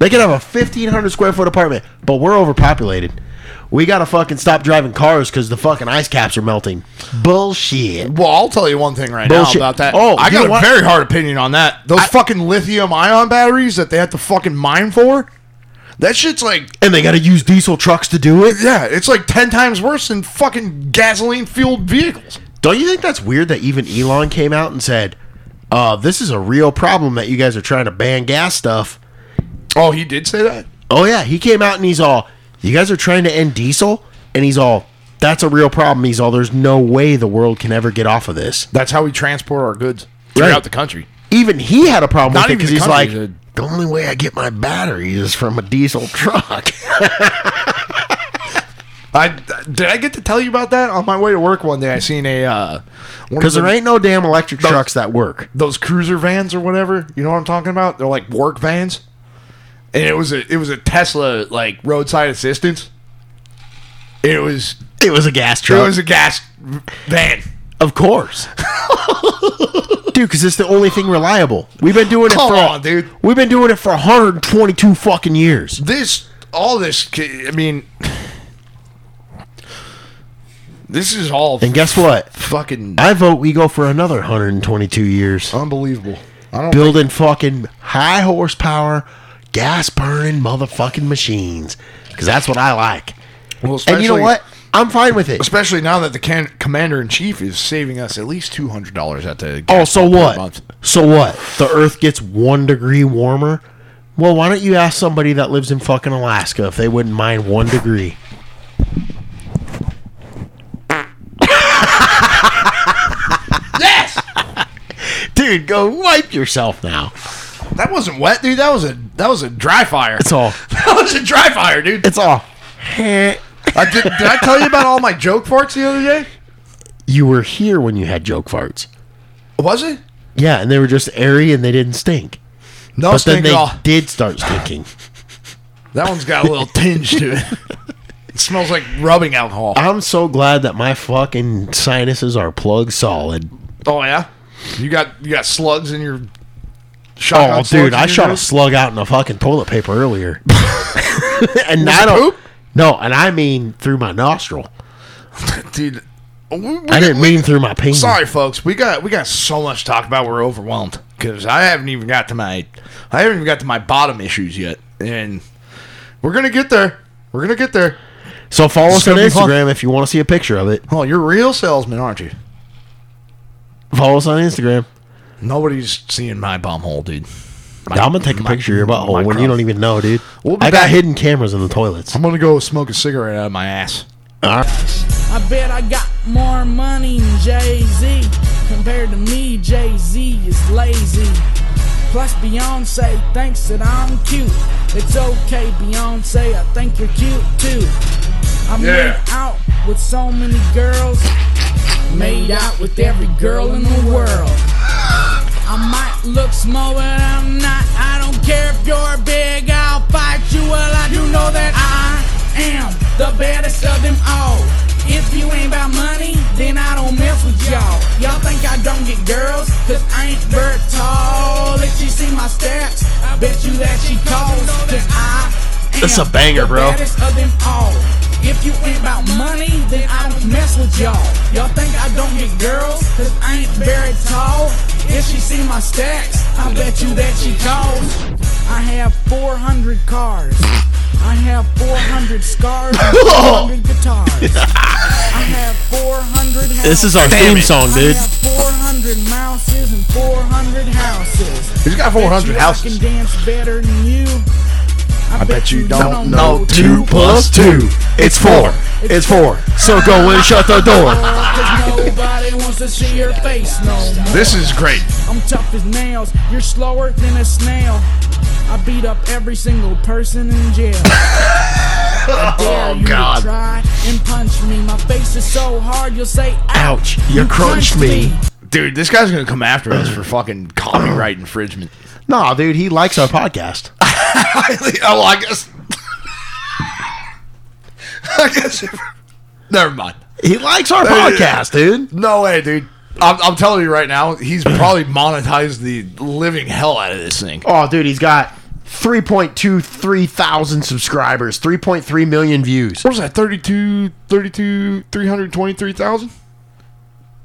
They could have a 1,500 square foot apartment, but we're overpopulated. We got to fucking stop driving cars because the fucking ice caps are melting. Bullshit.
Well, I'll tell you one thing right
Bullshit.
now about that.
Oh,
I got
you know
a
what?
very hard opinion on that. Those fucking lithium ion batteries that they have to fucking mine for. That shit's like
And they got to use diesel trucks to do it?
Yeah, it's like ten times worse than fucking gasoline fueled vehicles.
Don't you think that's weird that even Elon came out and said, uh, this is a real problem that you guys are trying to ban gas stuff?
Oh, he did say that.
Oh yeah, he came out and he's all, "You guys are trying to end diesel," and he's all, "That's a real problem." He's all, "There's no way the world can ever get off of this."
That's how we transport our goods throughout
Right.
the country.
Even he had a problem
Not
with it
even
because
the
he's
country,
like,
the
the only way I get my batteries is from a diesel truck.
I did I get to tell you about that on my way to work one day. I seen a uh, one
Because
of
there
the-
ain't no damn electric trucks that work.
those cruiser vans or whatever. You know what I'm talking about? They're like work vans. And it was a it was a Tesla like roadside assistance. It was
It was a gas
it
truck.
was a gas van.
of course. dude, because it's the only thing reliable. We've been doing it
Come
for
on, dude.
We've been doing it for 122 fucking years.
This all this ca- I mean This is all
And guess what?
fucking
I vote we go for another 122 years.
unbelievable. I don't
Building fucking high horsepower, gas burning motherfucking machines. Because that's what I like.
well,
And you know
especially-
what? I'm fine with it.
Especially now that the can- commander in chief is saving us at least two hundred dollars at the
Oh,
gas
so
pump per
what?
month.
So what? The Earth gets one degree warmer. Well, why don't you ask somebody that lives in fucking Alaska if they wouldn't mind one degree?
Yes,
Dude, go wipe yourself now.
that wasn't wet, dude. That was a that was a dry fire.
It's all.
That was a dry fire, dude.
It's all.
I did, did I tell you about all my joke farts the other day?
You were here when you had joke farts.
Was it?
Yeah, and they were just airy and they didn't stink.
No,
But then
stink at
they
all.
did start stinking.
That one's got a little tinge to it. It smells like rubbing alcohol.
I'm so glad that my fucking sinuses are plug solid.
Oh yeah, you got you got slugs in your.
Oh,
Shotgun slugs
dude,
in
I
your
shot a
nose?
slug out in a fucking toilet paper earlier. and I don't.
poop?
No, and I mean through my nostril.
dude. we- we
I didn't mean through my penis.
Sorry, folks. We got we got so much to talk about. We're overwhelmed because I haven't even got to my I haven't even got to my bottom issues yet, and we're gonna get there. We're gonna get there.
So follow
It's
us on
gonna be fun.
Instagram if you want to see a picture of it.
Oh, you're a real salesman, aren't you?
Follow us on Instagram.
Nobody's seeing my bum hole, dude.
I'm gonna take a picture of your butthole when
micro-
you don't even know, dude.
We'll be
I got
back.
hidden cameras in the toilets.
I'm gonna go smoke a cigarette out of my ass.
I bet I got more money than Jay Z. Compared to me, Jay Z is lazy. Plus, Beyonce thinks that I'm cute. It's okay, Beyonce, I think you're cute too. I'm
Yeah.
out with so many girls, made out with every girl in the world. I might look small, but I'm not. I don't care if you're big, I'll fight you. Well, I do know that I am the baddest of them all. If you ain't about money, then I don't mess with y'all. Y'all think I don't get girls, cause I ain't very tall. If she see my stats, I bet you that she calls, cause I am
That's a banger,
the
bro.
baddest of them all. If you ain't about money, then I don't mess with y'all. Y'all think I don't get girls, cause I ain't very tall. If she see my stacks, I bet you that she calls. I have 400 cars. I have 400, scars, and 400 guitars. I have 400 houses.
This is our
Damn
theme
it.
song,
I
dude.
have 400 mouses and 400 houses.
He's got
Bet
400
you I
houses.
can dance better than you. I, bet, you don't, know
Two plus two, it's four. It's four. So go and shut the door.
Cause nobody wants to see your face no more.
This is great.
I'm tough as nails. You're slower than a snail. I beat up every single person in jail. oh you God! Try and punch me. My face is so hard you'll say ouch.
Ouch! You
Punch
crunched me.
Dude, this guy's gonna come after us for fucking copyright infringement.
Nah, dude, he likes our podcast.
oh, well, I guess. I guess. Never mind.
He likes our podcast, dude.
No way, dude. I'm, I'm telling you right now, he's probably monetized the living hell out of this thing.
Oh, dude, he's got 3.23 thousand subscribers, 3.3 million views,
was that, 32, 32, 323,000?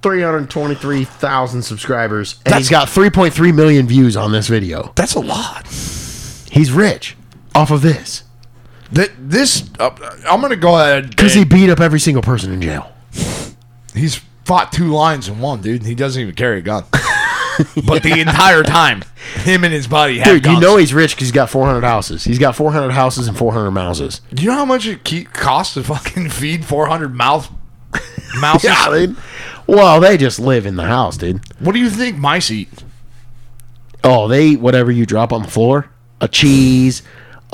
323 thousand subscribers, and
That's-
he's got 3.3 million views on this video.
That's a lot.
He's rich off of this
That This, uh, I'm going to go ahead.
because he
and-
beat up every single person in jail.
he's fought two lines in one, dude, and he doesn't even carry a gun. but the entire time, him and his buddy had
Dude, you
guns.
know he's rich because he's got 400 houses. He's got 400 houses and 400 mouses.
Do you know how much it ke- costs to fucking feed 400 mouth mouses?
dude. Well, they just live in the house, dude.
What do you think mice eat?
Oh, they eat whatever you drop on the floor. a cheese,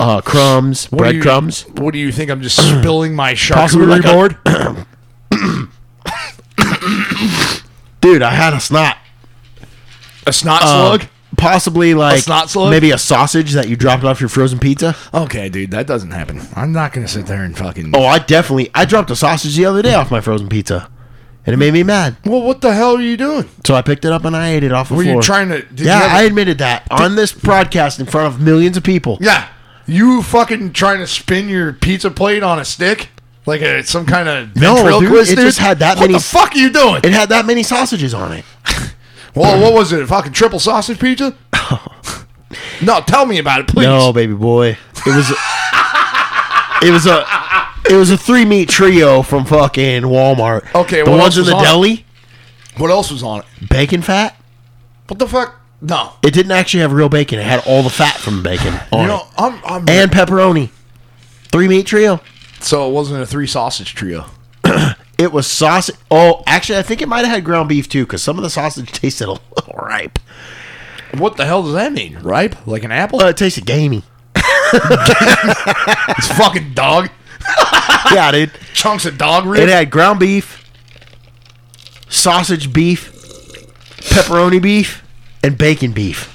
uh, crumbs,
What do you-
breadcrumbs.
What do you think? I'm just spilling my
Possibly
charcuterie
like a-
board.
Dude, I had a snot.
a snot
Uh,
slug.
possibly like
snot slug?
maybe a sausage that you dropped off your frozen pizza.
Okay, dude, that doesn't happen. I'm not gonna sit there and fucking.
Oh, I definitely I dropped a sausage the other day off my frozen pizza, and it made me mad.
Well, what the hell are you doing?
So I picked it up and I ate it off the
Were
floor.
you trying to? Did
yeah,
you have
I admitted that on this broadcast in front of millions of people.
Yeah. You fucking trying to spin your pizza plate on a stick? Like a, some kind of
No, dude,
ventriloquist,
it just had that
what
many-
the fuck are you doing?
It had that many sausages on it.
well, what was it? A fucking triple sausage pizza? no, tell me about it, please.
No, baby boy, it was. it was a. It was a three meat trio from fucking Walmart.
Okay,
the
what
ones
else
in
was
the
on it?
deli,
What else was on it?
bacon fat.
What the fuck? No.
It didn't actually have real bacon. It had all the fat from bacon on
You know,
it
I'm, I'm
and pepperoni. Three meat trio.
so it wasn't a three sausage trio.
It was sausage. Oh, actually, I think it might have had ground beef too, because some of the sausage tasted a little ripe.
What the hell does that mean? Ripe? Like an apple?
Uh, it tasted gamey.
it's fucking dog.
Yeah, dude.
Chunks of dog rib.
It had ground beef, sausage beef, pepperoni beef, and bacon beef.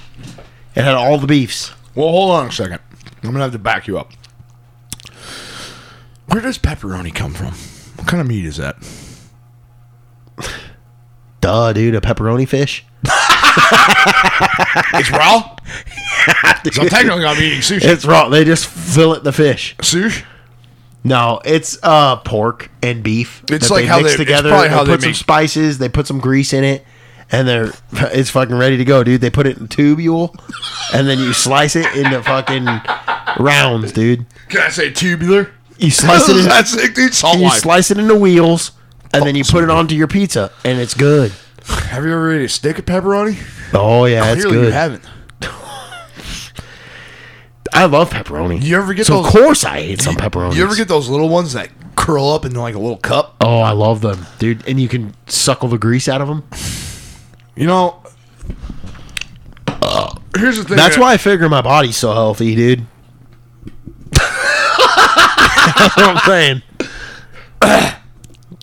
It had all the beefs.
Well, hold on a second. I'm gonna have to back you up. Where does pepperoni come from? What kind of meat is that?
Duh, dude, a pepperoni fish.
It's raw. so technically, I'm eating sushi.
It's raw. They just fillet the fish.
sushi.
No, it's uh pork and beef.
It's
that
like
they
how
mix
they- it's
together.
probably
they
how
put
they
some
make-
spices. They put some grease in it, and they're it's fucking ready to go, dude. They put it in tubule, and then you slice it into fucking rounds, dude.
Can I say tubular?
You slice it. In,
That's sick, dude. Salt
And you
life.
slice it into wheels, and then you put it onto your pizza, and it's good.
have you ever ate a stick of pepperoni?
Oh yeah, it's
Clearly you
good.
haven't.
I love pepperoni.
You ever get
so
those-
Of course, I ate some pepperoni.
You ever get those little ones that curl up into like a little cup?
Oh, I love them, dude. And you can suckle the grease out of them.
You know. Here's the thing.
That's
that-
why I figure my body's so healthy, dude. That's what I'm saying.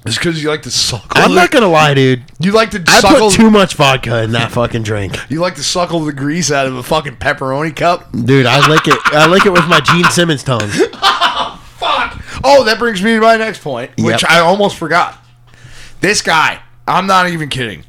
It's because you like to suckle.
I'm
it.
not gonna lie, dude.
You like to
I
suckle.
put too much vodka in that fucking drink,
you like to suckle the grease out of a fucking pepperoni cup.
dude. I lick it. I lick it with my Gene Simmons tongue.
Fuck. Oh, that brings me to my next point, which
Yep.
I almost forgot. This guy, I'm not even kidding,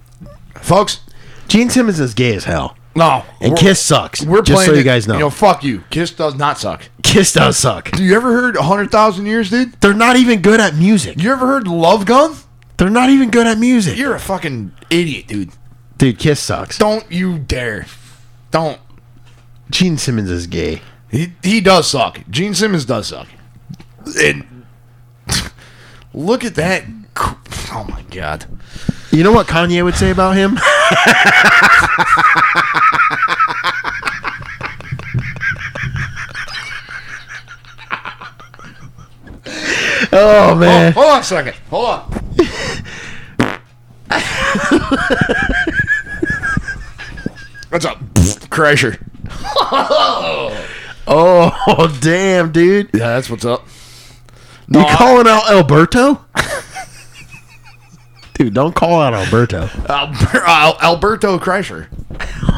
folks.
Gene Simmons is gay as hell,
No,
and
we're-
Kiss sucks.
We're
just
playing
so you
it-
guys know.
You know, fuck you. Kiss does not suck.
Kiss does suck.
Do you ever heard hundred thousand years, dude?
They're not even good at music.
You ever heard Love Gun?
They're not even good at music.
You're a fucking idiot, dude.
Dude, Kiss sucks.
Don't you dare. Don't.
Gene Simmons is gay.
He he does suck. Gene Simmons does suck. And look at that. cr- Oh my god.
You know what Kanye would say about him? oh
Oh,
man.
hold on a second. Hold on. What's up, Crasher?
Oh, damn, dude.
Yeah, that's what's up.
you calling out Alberto? dude, don't call out Alberto.
Alber- Al- Alberto Crasher.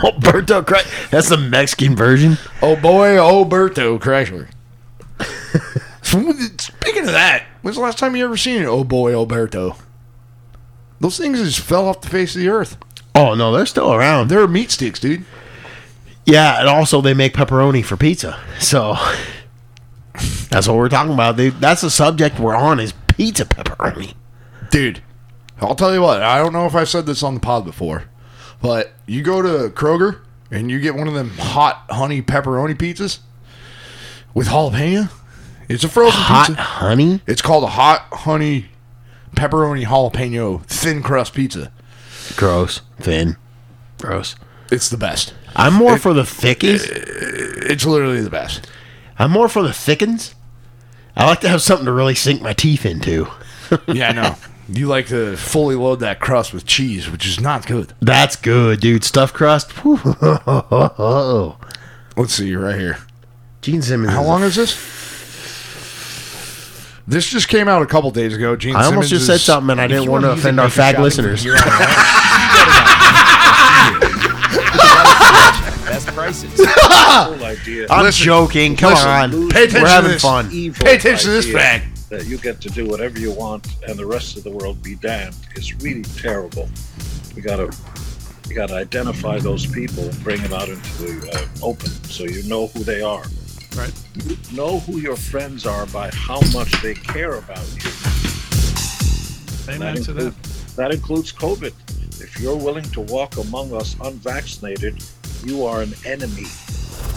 Alberto Christ. That's the Mexican version.
Oh boy, Alberto Crasher. Speaking of that, when's the last time you ever seen an oh boy Alberto? Those things just fell off the face of the earth.
Oh no, they're still around.
They're meat sticks, dude.
Yeah, and also they make pepperoni for pizza. So that's what we're talking about, dude. That's the subject we're on is pizza pepperoni.
Dude, I'll tell you what. I don't know if I've said this on the pod before, but you go to Kroger and you get one of them hot honey pepperoni pizzas with jalapeno. It's a frozen
Hot
pizza.
honey?
It's called a hot honey pepperoni jalapeno thin crust pizza.
Gross. Thin. Gross.
It's the best.
I'm more for the
Uh,
thickies.
It's literally the best.
I'm more for the thickens. I like to have something to really sink my teeth into.
Yeah, I know. You like to fully load that crust with cheese, which is not good.
That's good, dude. Stuffed crust. Whew.
Let's see right here.
Gene Simmons.
How
is-
long is this? This just came out a couple days ago. Gene
I
Simmons
almost just said
is-
something and I didn't want to offend our fag listeners.
Best prices.
I'm
Listen,
joking. Come
listen,
on.
pay attention
We're
to
having
this.
fun.
evil
Pay attention to this
idea
fact.
That you get to do whatever you want and the rest of the world be damned is really terrible. We gotta, you gotta identify those people and bring them out into the uh, open so you know who they are.
Right.
Know who your friends are by how much they care about you.
Amen to that.
includes- that includes COVID. If you're willing to walk among us unvaccinated, you are an enemy.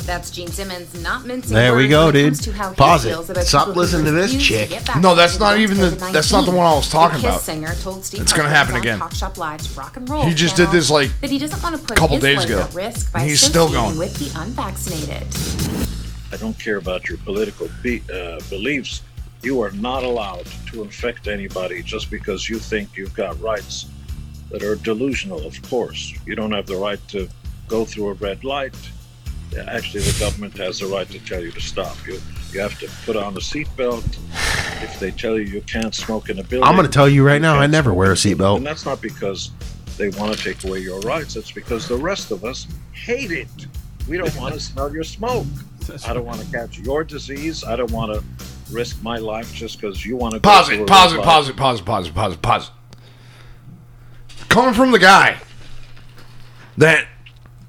That's Gene Simmons not mincing.
There we
words
go,
when it comes
dude.
to how he
Pause it.
feels about
Stop
people who
listening to this
refuse
chick.
get back
No, that's
to
not
the
even the-
COVID-19.
that's not the one I was talking
The Kiss
about.
singer told Steve
It's gonna
Hartman
happen
on
again.
Talk Shop Live's Rock and Roll
He just
channel
did this, like,
that he doesn't want to put
couple
his
days
life
ago.
at risk by
And he's still
associating
going.
with the unvaccinated.
I don't care about your political be- uh, beliefs. You are not allowed to infect anybody just because you think you've got rights that are delusional, of course. You don't have the right to go through a red light. Yeah, Actually, the government has the right to tell you to stop. You, you have to put on a seatbelt. If they tell you you can't smoke in a building,
I'm going to tell you right now, I
can't
never wear a
and
seatbelt.
that's not because they want to take away your rights. It's because the rest of us hate it. We don't want to smell your smoke. I don't want to catch your disease. I don't want to risk my life just because you want to. go
Pause
through
it.
a
Pause
red
it.
light.
Pause it. Pause it. Pause it. Pause it. Pause it. Coming from the guy that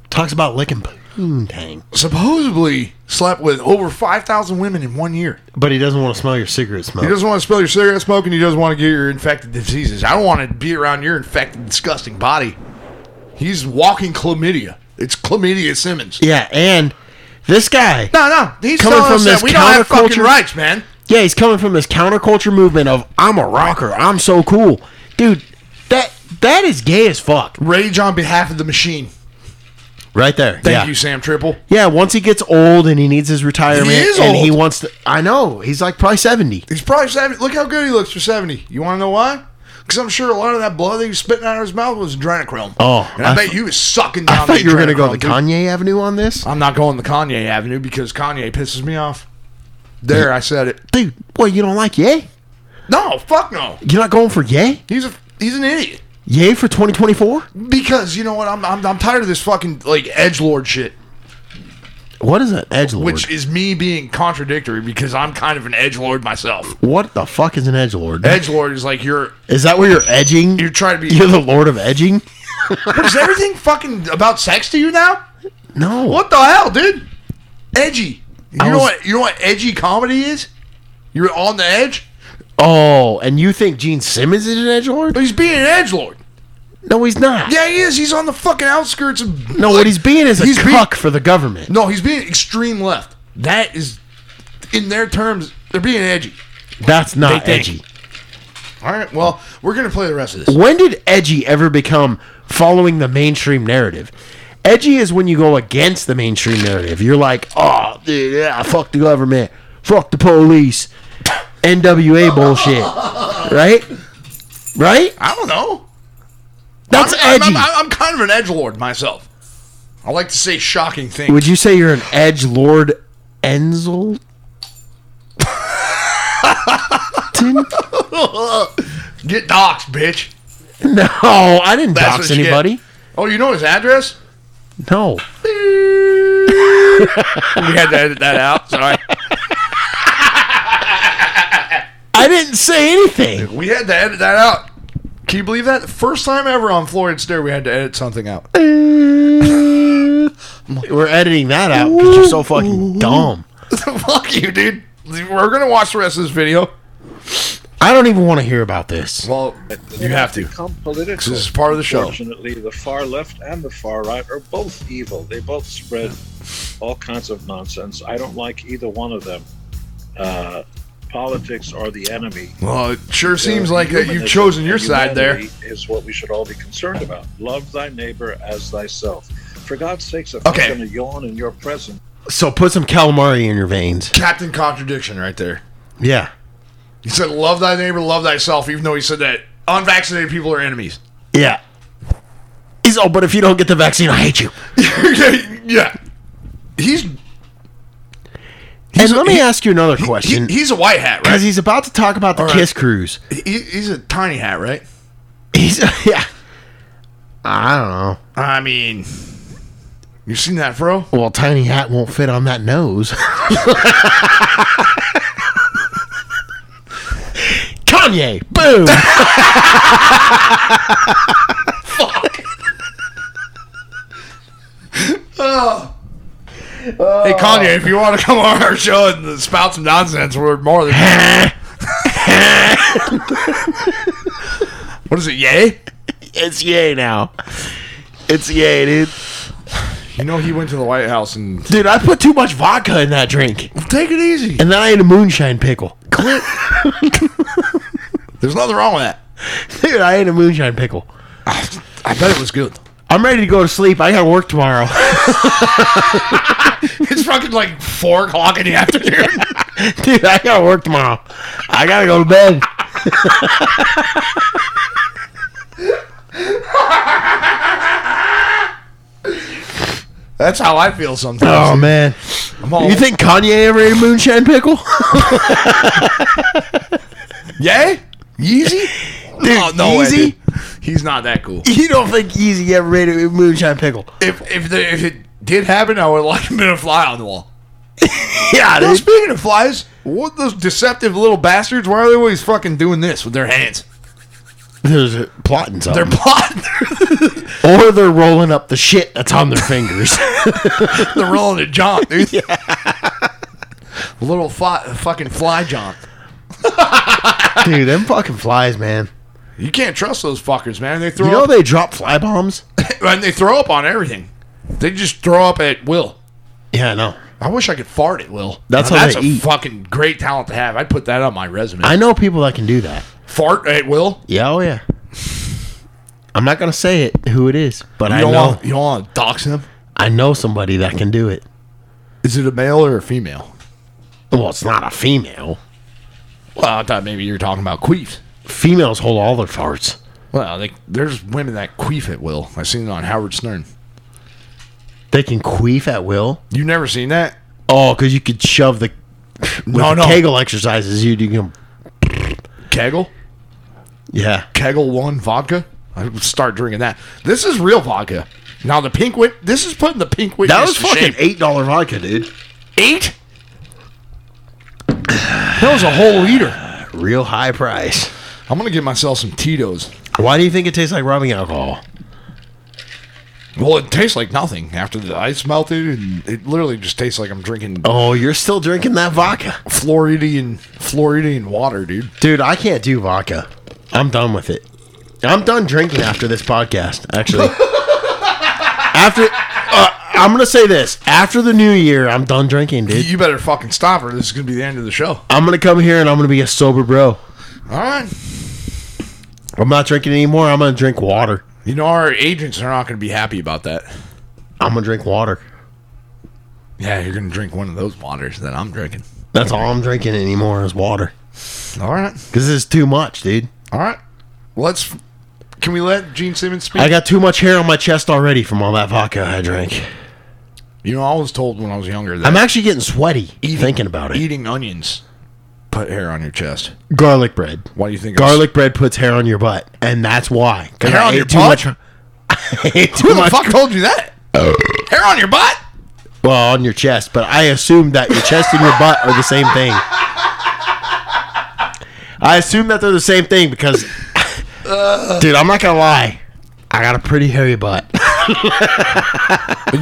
Talks about licking poontang.
supposedly slept with over five thousand women in one year.
But he doesn't want to smell your cigarette smoke.
He doesn't want to smell your cigarette smoke, and he doesn't want to get your infected diseases. I don't want to be around your infected, disgusting body. He's walking chlamydia. It's chlamydia Simmons.
yeah, and this guy,
No, no, he's
Coming
telling
from
us that
this
we don't have fucking
counterculture-
rights, man.
yeah, he's coming from this counterculture movement of I'm a rocker, I'm so cool. Dude, that that is gay as fuck.
Rage on behalf of the machine.
Right there.
Thank
yeah.
you, Sam Triple.
Yeah, once he gets old and he needs his retirement
is
and he
old.
wants to I know, he's like probably 70.
He's probably seventy. Look how good he looks for seventy. You want to know why? Because I'm sure a lot of that blood that he was spitting out of his mouth was adrenochrome.
Oh,
and I,
I
bet
thought-
you was sucking down.
I thought
the
you were going to go
adrenochrome,
the
dude.
Kanye Avenue on this.
I'm not going the Kanye avenue because Kanye pisses me off. There, I said it.
Dude, what you don't like yay?
No, fuck no.
You're not going for yay?
He's a he's an idiot.
Yay for 2024?
Because you know what? I'm I'm, I'm tired of this fucking like edge lord shit,
What is an edge lord?
which is me being contradictory because I'm kind of an edge lord myself.
what the fuck is an edge lord?
Edge lord is like you're
Is that where you're edging?
you're trying to be.
You're the lord of edging?
But is everything fucking about sex to you now?
No.
What the hell, dude? Edgy. You
I
know
was-
what? You know what edgy comedy is? You're on the edge,
Oh, and you think Gene Simmons is an edge lord?
but he's being an edge lord.
No, he's not.
Yeah, he is. He's on the fucking outskirts of.
No, what he's being is a
He's being-
cuck for the government.
No, he's being extreme left. That is, in their terms, they're being edgy.
That's not
They think.
edgy.
All right. Well, we're gonna play the rest of this.
When did edgy ever become following the mainstream narrative? Edgy is when you go against the mainstream narrative. You're like, oh, dude, yeah, fuck the government, fuck the police, NWA bullshit, right? Right?
I don't know.
That's
I'm, I'm-
edgy.
I'm, I'm kind of an edge lord myself. I like to say shocking things.
Would you say you're an edge lord, Enzel?
Get doxxed, bitch.
No, I didn't
That's what
dox
you get.
anybody.
Oh, you know his address?
No.
We had to edit that out. Sorry.
I didn't say anything.
We had to edit that out. Can you believe that? The first time ever on Florida Stare, we had to edit something out.
We're editing that out because you're so fucking dumb.
Fuck you, dude. We're gonna watch the rest of this video.
I don't even want to hear about this.
Well, you have to.
Become political.
This is part of the show.
Fortunately, the far left and the far right are both evil. They both spread all kinds of nonsense. I don't like either one of them. Uh, politics are the enemy.
Well, it sure seems like that you've
Humanism
chosen your
and
side there.
humanity Is what we should all be concerned about. Love thy neighbor as thyself. For God's sakes, if
Okay.
I'm going to yawn in your presence,
So put some calamari in your veins.
Captain Contradiction right there.
Yeah.
He said, "Love thy neighbor, love thyself," even though he said that unvaccinated people are enemies.
Yeah. He's oh, but if you don't get the vaccine, I hate you.
yeah, he's
And
a-
let me
he-
ask you another
He-
question.
he- he's a white hat, right?
Because he's about to talk about the
All right.
Kiss Cruise.
He- he's a tiny hat, right?
He's yeah. I don't know.
I mean, you seen that, bro?
Well, tiny hat won't fit on that nose. Kanye, boom. Oh.
Hey, Kanye, if you want to come on our show and spout some nonsense, we're more than. what is it, yay?
it's yay now. It's yay, dude.
You know, he went to the White House and.
Dude, I put too much vodka in that drink,
Take it easy.
and then I ate a moonshine pickle.
There's nothing wrong with that.
Dude, I ate a moonshine pickle.
I bet it was good.
I'm ready to go to sleep. I got to work tomorrow.
It's fucking like 4 o'clock in the afternoon.
Dude, I gotta work tomorrow. I gotta go to bed.
That's how I feel sometimes.
Oh man,
I'm all,
you think Kanye ever ate a moonshine pickle?
Yay? Yeezy? oh, no way,
Yeezy?
dude. He's not that cool.
you don't think Easy ever ate a moonshine pickle?
If if, the, if it did happen, I would like him to fly on the wall.
Yeah,
Well,
dude.
speaking of flies, what those deceptive little bastards? Why are they always fucking doing this with their hands?
There's a plotting
They're
something,
plotting.
or they're rolling up the shit that's on their fingers.
They're rolling a jaunt, dude. little fly, fucking fly jaunt.
Dude, them fucking flies, man.
You can't trust those fuckers, man. They throw
You know
up,
they drop fly bombs?
and they throw up on everything. They just throw up at will.
Yeah, I know.
I wish I could fart at will.
That's
Now,
how
that's
they
a
eat.
fucking great talent to have. I'd put that on my resume.
I know people that can do that.
fart at will.
Yeah, oh yeah. I'm not gonna say it who it is, but
You
I know
don't want you don't want to dox him.
I know somebody that can do it.
Is it a male or a female?
Well, it's not a female.
Well, I thought maybe you were talking about queefs.
Females hold all their farts.
Well, they, there's women that queef at will. I seen it on Howard Stern.
They can queef at will.
You never seen that?
Oh, because you could shove the with
No,
the
no.
Kegel exercises. You you can
Kegel,
yeah.
Kegel One vodka. I would start drinking that. This is real vodka. Now the pink wit. This is putting the pink wit.
That was fucking eight dollar vodka, dude.
eight. That was a whole liter.
Real high price.
I'm gonna get myself some Tito's.
Why do you think it tastes like rubbing alcohol?
Well, it tastes like nothing after the ice melted, and it literally just tastes like I'm drinking
Oh, you're still drinking that vodka,
Floridian Floridian water, dude.
dude. I can't do vodka. I'm done with it. I'm done drinking after this podcast. Actually, after uh, I'm gonna say this after the new year, I'm done drinking, dude.
You better fucking stop, or this is gonna be the end of the show.
I'm gonna come here and I'm gonna be a sober bro.
All right.
I'm not drinking anymore. I'm gonna drink water.
You know, our agents are not going to be happy about that.
I'm gonna drink water.
Yeah, you're going to drink one of those waters that I'm drinking.
That's all I'm drinking anymore is water.
All right.
Cause this is too much, dude.
All right. Let's. Can we let Gene Simmons speak?
I got too much hair on my chest already from all that vodka I drank.
you know, I was told when I was younger that
I'm actually getting sweaty thinking about it.
eating onions put hair on your chest.
Garlic bread.
Why do you think? it's-
Garlic bread puts hair on your butt, and that's why. 'Cause
Hair
I
on
ate
your
too
butt?
much. I ate too
Who the
much.
fuck told you that? hair on your butt?
Well, on your chest, but I assume that your chest and your butt are the same thing. I assume that they're the same thing because, dude, I'm not gonna lie. I got a pretty hairy butt.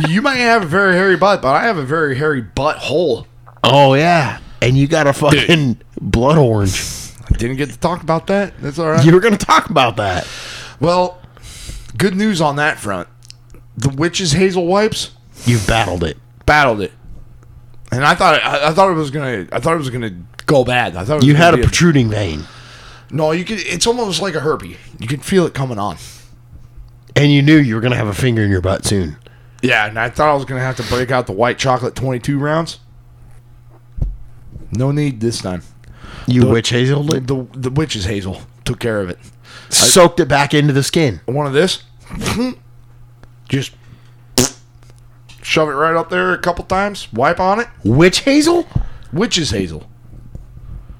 you might have a very hairy butt, but I have a very hairy butthole.
Oh yeah, and you got a fucking blood orange.
I didn't get to talk about that. That's all right.
You were gonna talk about that.
well, good news on that front. The witch's hazel wipes.
You've battled it.
battled it, and I thought I, I thought it was gonna I thought it was gonna go bad. I thought it was
You
gonna
had a
be
protruding vein,
no. You could it's almost like a herpy. You could feel it coming on.
and you knew you were gonna have a finger in your butt soon.
Yeah, and I thought I was gonna have to break out the white chocolate twenty two rounds. No need this time.
You witch hazeled it,
The the witch's hazel took care of it.
soaked it back into the skin.
One of this, just shove it right up there a couple times. Wipe on it.
Witch hazel?
witch's hazel.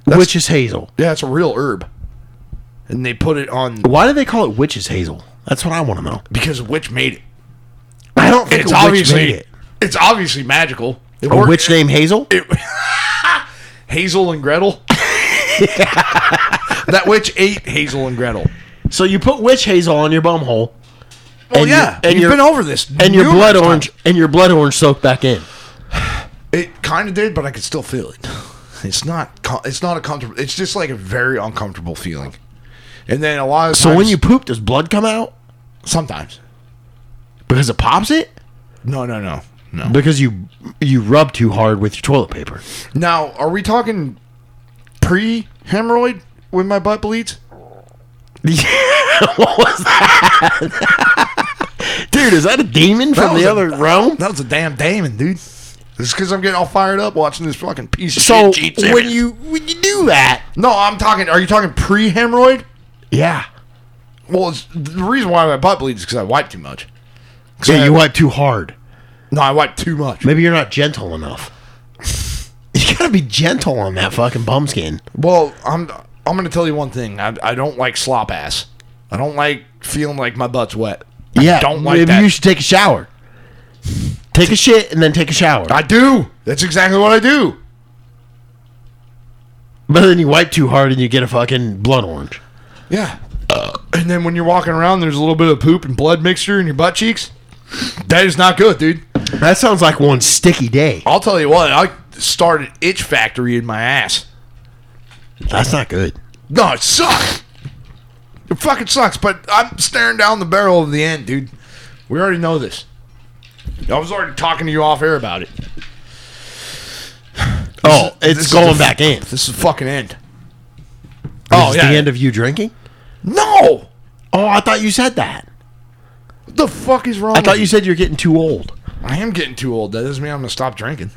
Witch's hazel.
Yeah, it's a real herb. And they put it on
Why do they call it witch's hazel? That's what I want to know.
because a witch made it.
I don't think
It's
a witch
obviously
made it.
it's obviously magical. It
A
worked-
witch named Hazel?
Hazel and Gretel. that witch ate Hazel and Gretel.
So you put witch hazel on your bum hole.
Well,
And
yeah,
you- and
and you've
your-
been over this.
and your
numerous
blood
times.
orange and your blood orange soaked back in.
It kind of did, but I could still feel it. It's not. co- It's not a comfortable. It's just like a very uncomfortable feeling. And then a lot of
So when
times-
you poop, does blood come out
sometimes
because it pops it?
no no no no.
Because you you rub too hard with your toilet paper.
Now are we talking pre hemorrhoid when my butt bleeds?
what was that? Dude, is that a demon
That
from
was
the
a-
other realm?
That was a damn Damon, dude. It's because I'm getting all fired up watching this fucking piece of
So
shit. Gene
when
Simmons.
you when you do that,
no, I'm talking. Are you talking pre hemorrhoid?
yeah,
Well, it's, the reason why my butt bleeds is because I wipe too much. 'Cause
yeah,
I-
you wipe too hard.
No, I wipe too much.
Maybe you're not gentle enough. You gotta be gentle on that fucking bum skin.
Well, I'm I'm gonna tell you one thing. I, I don't like slop ass. I don't like feeling like my butt's wet. I
Yeah,
don't like
maybe
that.
you should take a shower. Take a shit and then take a shower.
I do. That's exactly what I do.
But then you wipe too hard and you get a fucking blood orange.
Yeah. Uh, and then when you're walking around, there's a little bit of poop and blood mixture in your butt cheeks. That is not good, dude.
That sounds like one sticky day.
I'll tell you what. I started itch factory in my ass.
That's not good.
No, it sucks. It fucking sucks. But I'm staring down the barrel of the end, dude. We already know this. I was already talking to you off air about it.
Oh,
This
it's
is
going
the-
back in.
This is the fucking end. Oh,
is
yeah.
the end of you drinking?
No!
Oh, I thought you said that.
What the fuck is wrong
I thought
with
you said you're getting too old.
I am getting too old. That doesn't mean I'm going to stop drinking.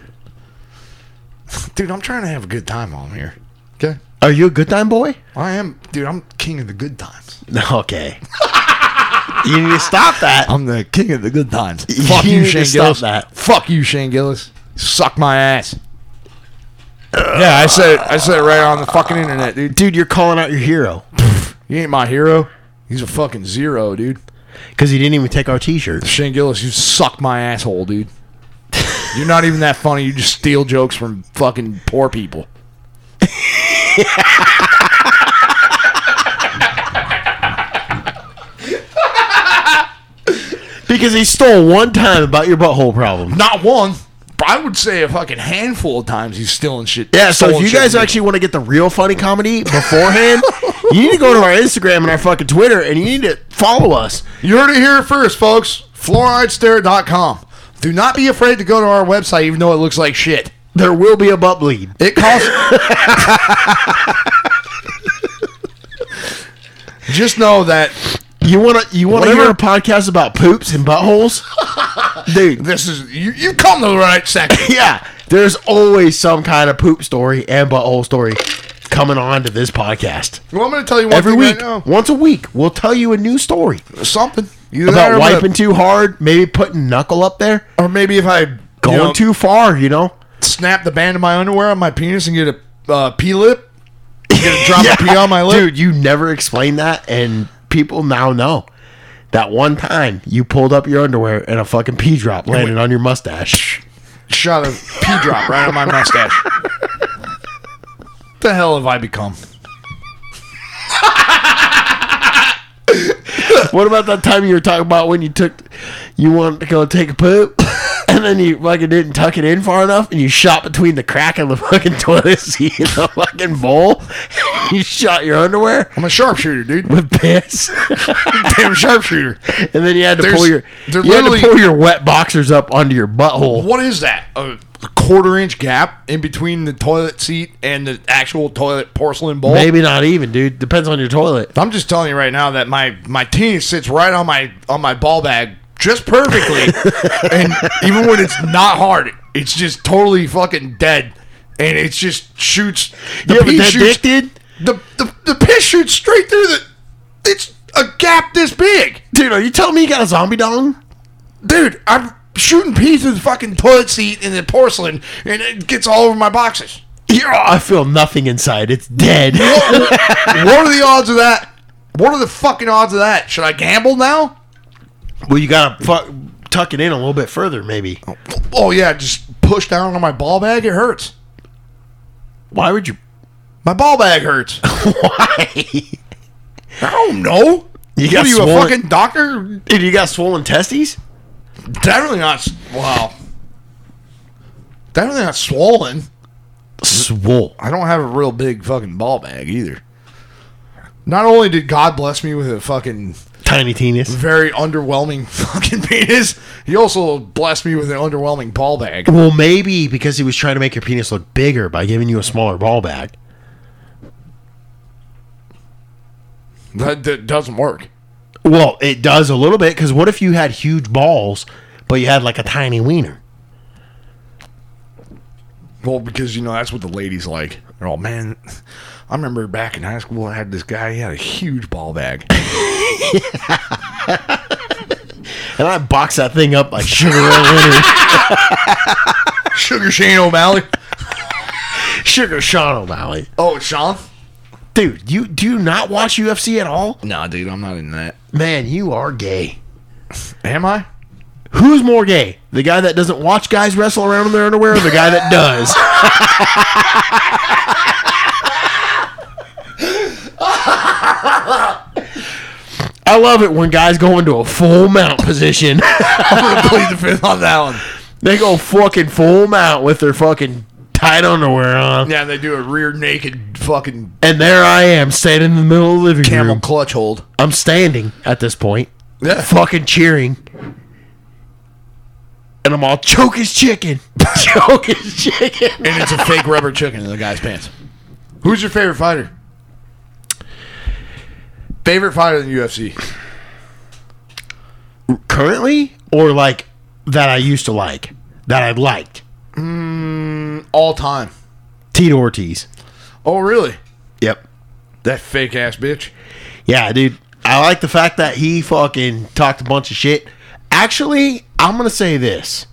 Dude, I'm trying to have a good time while I'm here. Okay?
Are you a good time boy?
I am. Dude, I'm king of the good times.
Okay. you need to stop that.
I'm the king of the good times.
You
Fuck you,
need to
Shane
stop
Gillis.
that.
Fuck you, Shane Gillis. Suck my ass. yeah, I said it. I said it right on the fucking internet, dude.
Dude, you're calling out your hero
He ain't my hero. He's a fucking zero, dude.
because he didn't even take our t-shirts.
Shane Gillis, you suck my asshole, dude. You're not even that funny. You just steal jokes from fucking poor people.
Because he stole one time about your butthole problem.
Not one. but I would say a fucking handful of times he's stealing shit.
Yeah, so if
stolen
you
shit
guys
from me.
actually want to get the real funny comedy beforehand, you need to go to our Instagram and our fucking Twitter and you need to follow us.
You heard it here first, folks. FluorideStare.com. Do not be afraid to go to our website, even though it looks like shit.
There will be a butt bleed.
It costs. just know that
You wanna you wanna
Whatever.
hear a podcast about poops and buttholes? Dude.
this is you. You come to the right section.
Yeah. There's always some kind of poop story and butthole story coming on to this podcast.
Well, I'm going to tell you one
Every
thing
week,
right
once a week, we'll tell you a new story
now. Something Either that
about
or I'm gonna-
wiping too hard, maybe putting knuckle up there,
Or maybe if I
going
you know,
too far, you know?
snap the band of my underwear on my penis and get a uh, pee lip, get a drop of pee on my lip.
Dude, you never explained that, and people now know. That one time you pulled up your underwear and a fucking pee drop landed on your mustache.
shot a pee drop right on my mustache. the hell have I become?
What about that time you were talking about when you took, you wanted to go take a poop, and then you fucking didn't tuck it in far enough, and you shot between the crack and the fucking toilet seat in the fucking bowl. you shot your underwear
I'm a sharpshooter, dude.
with piss,
Damn sharpshooter.
and then you had to
There's-
pull your,
they're
you had to
literally-
pull your wet boxers up onto your butthole.
What is that? A quarter inch gap in between the toilet seat and the actual toilet porcelain bowl?
Maybe not even, dude. Depends on your toilet.
I'm just telling you right now that my my penis sits right on my on my ball bag just perfectly, and even when it's not hard, it's just totally fucking dead, and it just shoots. The
You have a
pee
dead
shoots-
dick, dude?
The, the the piss shoots straight through the. It's a gap this big,
Dude, are you telling me you got a zombie dong?
dude. I'm shooting pee through the fucking toilet seat in the porcelain, and it gets all over my boxes.
You're- I feel nothing inside. It's dead.
what are the odds of that? What are the fucking odds of that? Should I gamble now?
well, you gotta fuck, tuck it in a little bit further, maybe.
Oh yeah, just push down on my ball bag. It hurts.
Why would you?
My ball bag hurts.
Why?
I don't know.
You
What
got
are you
swollen-
a fucking doctor?
Dude, you got swollen testes?
Definitely not. s- Wow. Definitely not swollen.
Swole.
I don't have a real big fucking ball bag either. Not only did God bless me with a fucking
Tiny teenies.
very underwhelming fucking penis, he also blessed me with an underwhelming ball bag.
Well, maybe because he was trying to make your penis look bigger by giving you a smaller ball bag.
That, that doesn't work.
Well, it does a little bit because what if you had huge balls, but you had like a tiny wiener?
Well, because you know that's what the ladies like. They're all man. I remember back in high school, I had this guy. He had a huge ball bag.
And I box that thing up like Sugar Ray Leonard,
Sugar Shane O'Malley.
Sugar Sean O'Malley.
Oh, Sean.
Dude, you do you not watch UFC at all?
Nah, dude, I'm not in that.
Man, you are gay.
Am I?
Who's more gay? The guy that doesn't watch guys wrestle around in their underwear or the guy that does? I love it when guys go into a full mount position.
I'm gonna plead the fifth on that one.
they go fucking full mount with their fucking tight underwear on.
Yeah, they do a rear naked fucking
And there I am standing in the middle of the living
camel
room.
clutch hold.
I'm standing at this point,
Yeah.
fucking cheering. And I'm all choke his chicken. choke his chicken.
and it's a fake rubber chicken in the guy's pants. Who's your favorite fighter? Favorite fighter in the UFC?
currently or like that I used to like that I liked
All time.
Tito Ortiz.
Oh, really?
Yep.
That fake ass bitch.
Yeah, dude. I like the fact that he fucking talked a bunch of shit. Actually, I'm gonna say this: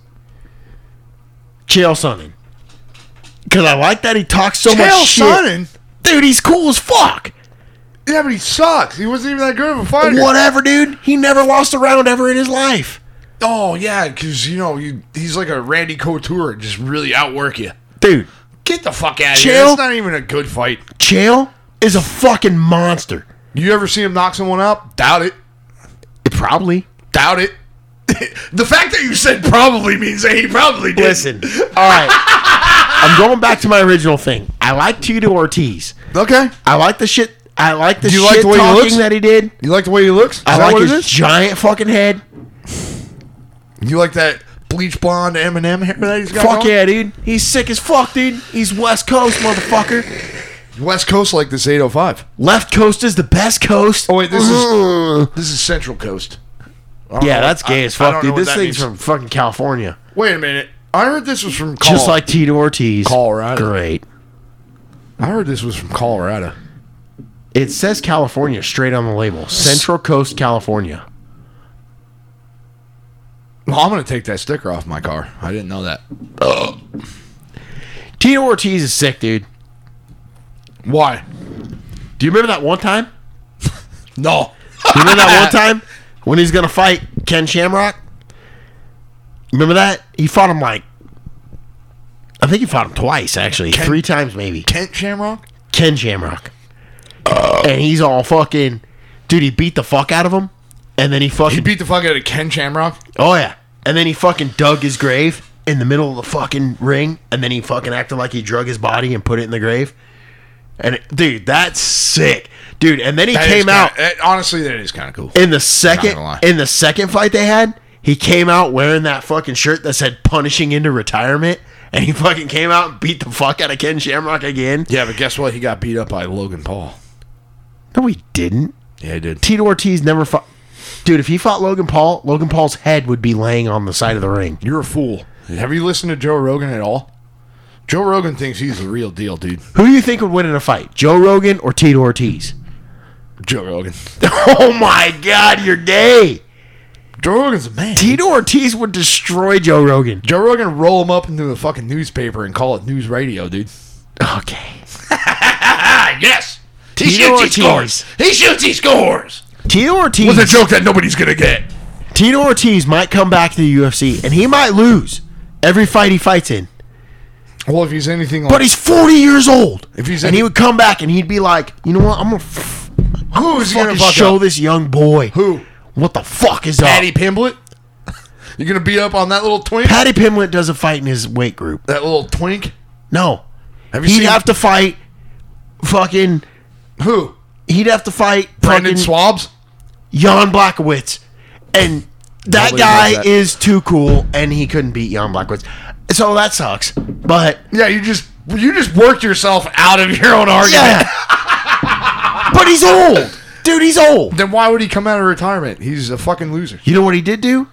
Chael Sonnen, because I like that he talks so
Chael
much shit.
Sonnen?
Dude, he's cool as fuck.
Yeah, but he sucks. He wasn't even that good of a fighter.
Whatever, dude. He never lost a round ever in his life.
Oh yeah, because you know you, he's like a Randy Couture, just really outwork you.
Dude,
Get the fuck out of here.
Chill.
That's not even a good fight.
Chael is a fucking monster.
You ever see him knock someone out? Doubt it.
probably.
Doubt it. the fact that you said probably means that he probably did.
Listen, all right. I'm going back to my original thing. I like Tito Ortiz.
Okay.
I like the shit. I like the
Do you
shit
like the way he
talking
looks?
that he did.
You like the way he looks? Is
I
that
like
what it
his
is?
giant fucking head.
You like that bleach blonde Eminem hair that he's got?
Fuck
going?
yeah, dude. He's sick as fuck, dude. He's West Coast, motherfucker.
West Coast like this 805.
Left Coast is the best coast.
Oh wait, this is this is Central Coast. I don't
Mm. yeah,
know-
that's gay
I-
as
I
fuck,
don't
dude.
know what
This
that
thing's
means.
from fucking California,
Wait a minute. I heard this was from Colorado.
just like Tito Ortiz.
Colorado.
Great.
I heard this was from Colorado.
It says California straight on the label. Central Coast, California.
Well, I'm gonna take that sticker off my car. I didn't know that.
Tito Ortiz is sick, dude.
Why?
Do you remember that one time?
No.
You remember that one time when he's gonna fight Ken Shamrock? Remember that? He fought him like I think he fought him twice actually. Three times maybe.
Kent Shamrock?
Ken Shamrock. and he's all fucking dude, he beat the fuck out of him. And then he
He
fucking
beat the fuck out of Ken Shamrock.
Oh yeah. And then he fucking dug his grave in the middle of the fucking ring. And then he fucking acted like he drug his body and put it in the grave. And it- dude, that's sick. Dude, and then he
That is
came
kinda-
out
that- honestly, that is kind of cool.
in the
Not
second
gonna lie.
in the second fight they had, he came out wearing that fucking shirt that said "punishing into retirement," and he fucking came out and beat the fuck out of Ken Shamrock again.
yeah, but guess what? He got beat up by Logan Paul.
No, he didn't.
Yeah, he did.
Tito Ortiz never fought. Dude, if he fought Logan Paul, Logan Paul's head would be laying on the side of the ring.
You're a fool. Have you listened to Joe Rogan at all? Joe Rogan thinks he's the real deal, dude.
Who do you think would win in a fight, Joe Rogan or Tito Ortiz?
Joe Rogan.
oh my God, you're gay.
Joe Rogan's a man.
Tito Ortiz would destroy Joe Rogan.
Joe Rogan roll him up into the fucking newspaper and call it news radio, dude.
Okay.
Ah, yes. He
Tito
shoots, he
Ortiz.
scores. He shoots, he scores.
Tito Ortiz.
With a joke that nobody's gonna get.
Tito Ortiz might come back to the UFC and he might lose every fight he fights in.
Well, if he's anything like
But he's 40 years old.
If he's
and
any-
he would come back and he'd be like, you know what? I'm gonna, f- I'm gonna
Who's gonna
fucking
fuck
show
up?
this young boy
Who?
what the fuck is
Patty
up.
Pimblett, you gonna be up on that little twink?
Patty Pimlet doesn't fight in his weight group.
that little twink?
No,
Have you
he'd
seen
have to fight fucking.
who?
He'd have to fight
Brandon
fucking
Swabs?
Jan Blackowitz, and that
Nobody does
guy
that.
is too cool, and he couldn't beat Jan Blackowitz. So that sucks. But
Yeah, you just you just worked yourself out of your own argument.
Yeah. but he's old. Dude, he's old.
Then why would he come out of retirement? He's a fucking loser.
You know what he did do?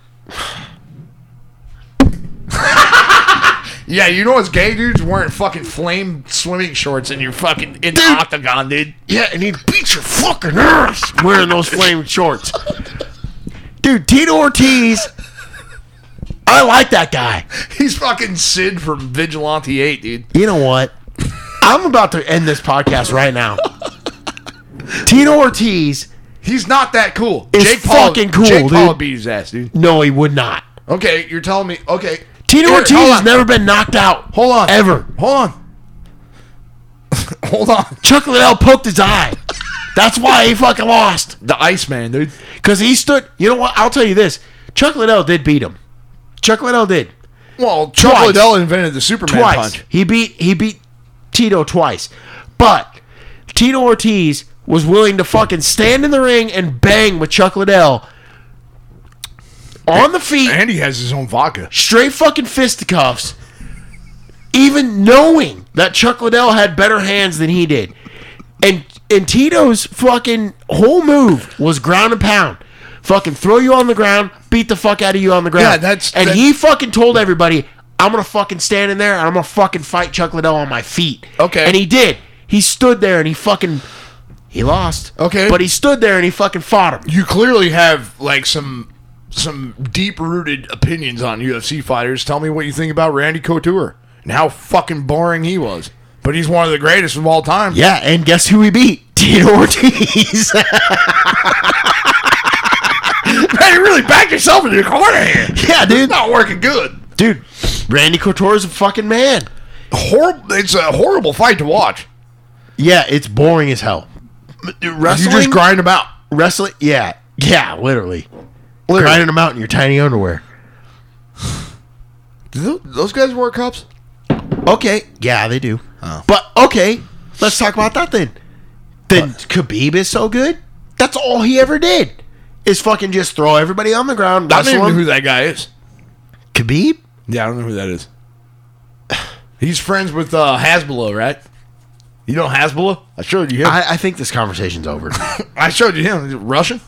Yeah, you know us gay dudes wearing fucking flame swimming shorts and you're fucking in the
Dude.
octagon, dude.
Yeah, and he beat your fucking ass wearing those flame shorts. Dude, Tito Ortiz. I like that guy.
He's fucking Sid from Vigilante 8, dude.
You know what? I'm about to end this podcast right now. Tito Ortiz.
He's not that cool.
It's
Paul,
fucking cool,
Jake Paul
dude.
would beat his ass, dude.
No, he would not.
Okay, you're telling me. Okay,
Tito
Here,
Ortiz
hold
has
on.
never been knocked out.
Hold on.
Ever.
Hold on. hold on.
Chuck Liddell poked his eye. That's why he fucking lost.
The Iceman, dude.
Because he stood. You know what? I'll tell you this. Chuck Liddell did beat him. Chuck Liddell did
Well, Chuck
Twice.
Liddell invented the Superman
twice.
punch.
He beat he beat Tito twice, but Tito Ortiz was willing to fucking stand in the ring and bang with Chuck Liddell on the feet,
And he has his own vodka.
straight fucking fisticuffs, even knowing that Chuck Liddell had better hands than he did. And and Tito's fucking whole move was ground and pound. Fucking throw you on the ground, beat the fuck out of you on the ground.
Yeah, that's-
and
that-
he fucking told everybody, I'm gonna fucking stand in there and I'm gonna fucking fight Chuck Liddell on my feet.
Okay.
And he did. He stood there and he fucking he lost.
Okay.
But he stood there and he fucking fought him.
You clearly have like some some deep rooted opinions on UFC fighters. Tell me what you think about Randy Couture and how fucking boring he was. But he's one of the greatest of all time.
Yeah, and guess who he beat? Tito Ortiz.
Man, you really backed yourself into your corner here.
yeah, dude.
It's not working good.
Dude, Randy Couture's a fucking man.
Horrible. It's a horrible fight to watch.
Yeah, it's boring as hell.
You
Wrestling,
just grind him out.
wrestling, yeah, yeah, literally, grinding them out in your tiny underwear.
Do tho- those guys wear cups?
Okay, Oh. yeah, they do. But okay, let's talk about that then. Then Khabib is so good. That's all he ever did is fucking just throw everybody on the ground.
I don't
wrestle
even know who
them.
that guy is.
Khabib.
Yeah, I don't know who that is. He's friends with uh, Hasbulla, right? You know Hasbulla? I showed you him.
I, I think this conversation's over.
I showed you him. Is it Russian?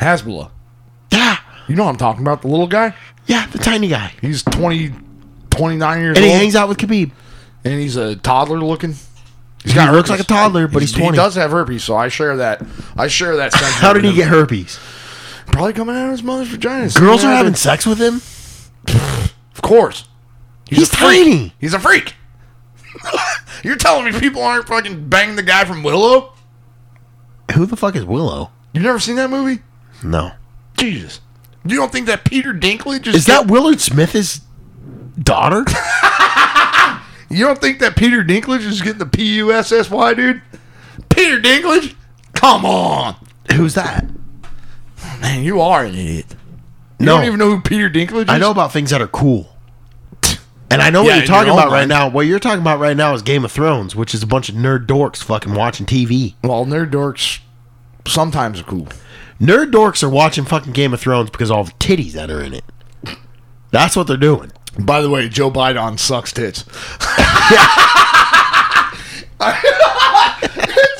Hasbulla.
yeah,
You know what I'm talking about? The little guy?
yeah, the tiny guy,
He's 20, 29 years
and he
old.
hangs out with Khabib.
and he's a toddler looking.
He looks like a toddler, but he's
He
twenty.
does have herpes, so I share that. I share that sentiment.
How did he
with
get
him.
herpes?
Probably coming out of his mother's vagina.
Girls
Yeah,
are having
but-
sex with him.
Of course.
He's
a freak.
tiny.
He's a freak. You're telling me people aren't fucking banging the guy from Willow?
Who the fuck is Willow?
You never seen that movie?
No.
Jesus. You don't think that Peter Dinklage just
Is that Willard Smith's daughter?
You don't think that Peter Dinklage is getting the P U S S Y, dude? Peter Dinklage? Come on.
Who's that?
Man, you are an idiot. You
No.
don't even know who Peter Dinklage is?
I know about things that are cool. And I know
Yeah,
what
in
you're talking
your own
about right
mind.
now. What you're talking about right now is Game of Thrones, which is a bunch of nerd dorks fucking watching TV.
Well, nerd dorks sometimes are cool.
Nerd dorks are watching fucking Game of Thrones because all the titties that are in it. That's what they're doing.
By the way, Joe Biden sucks tits.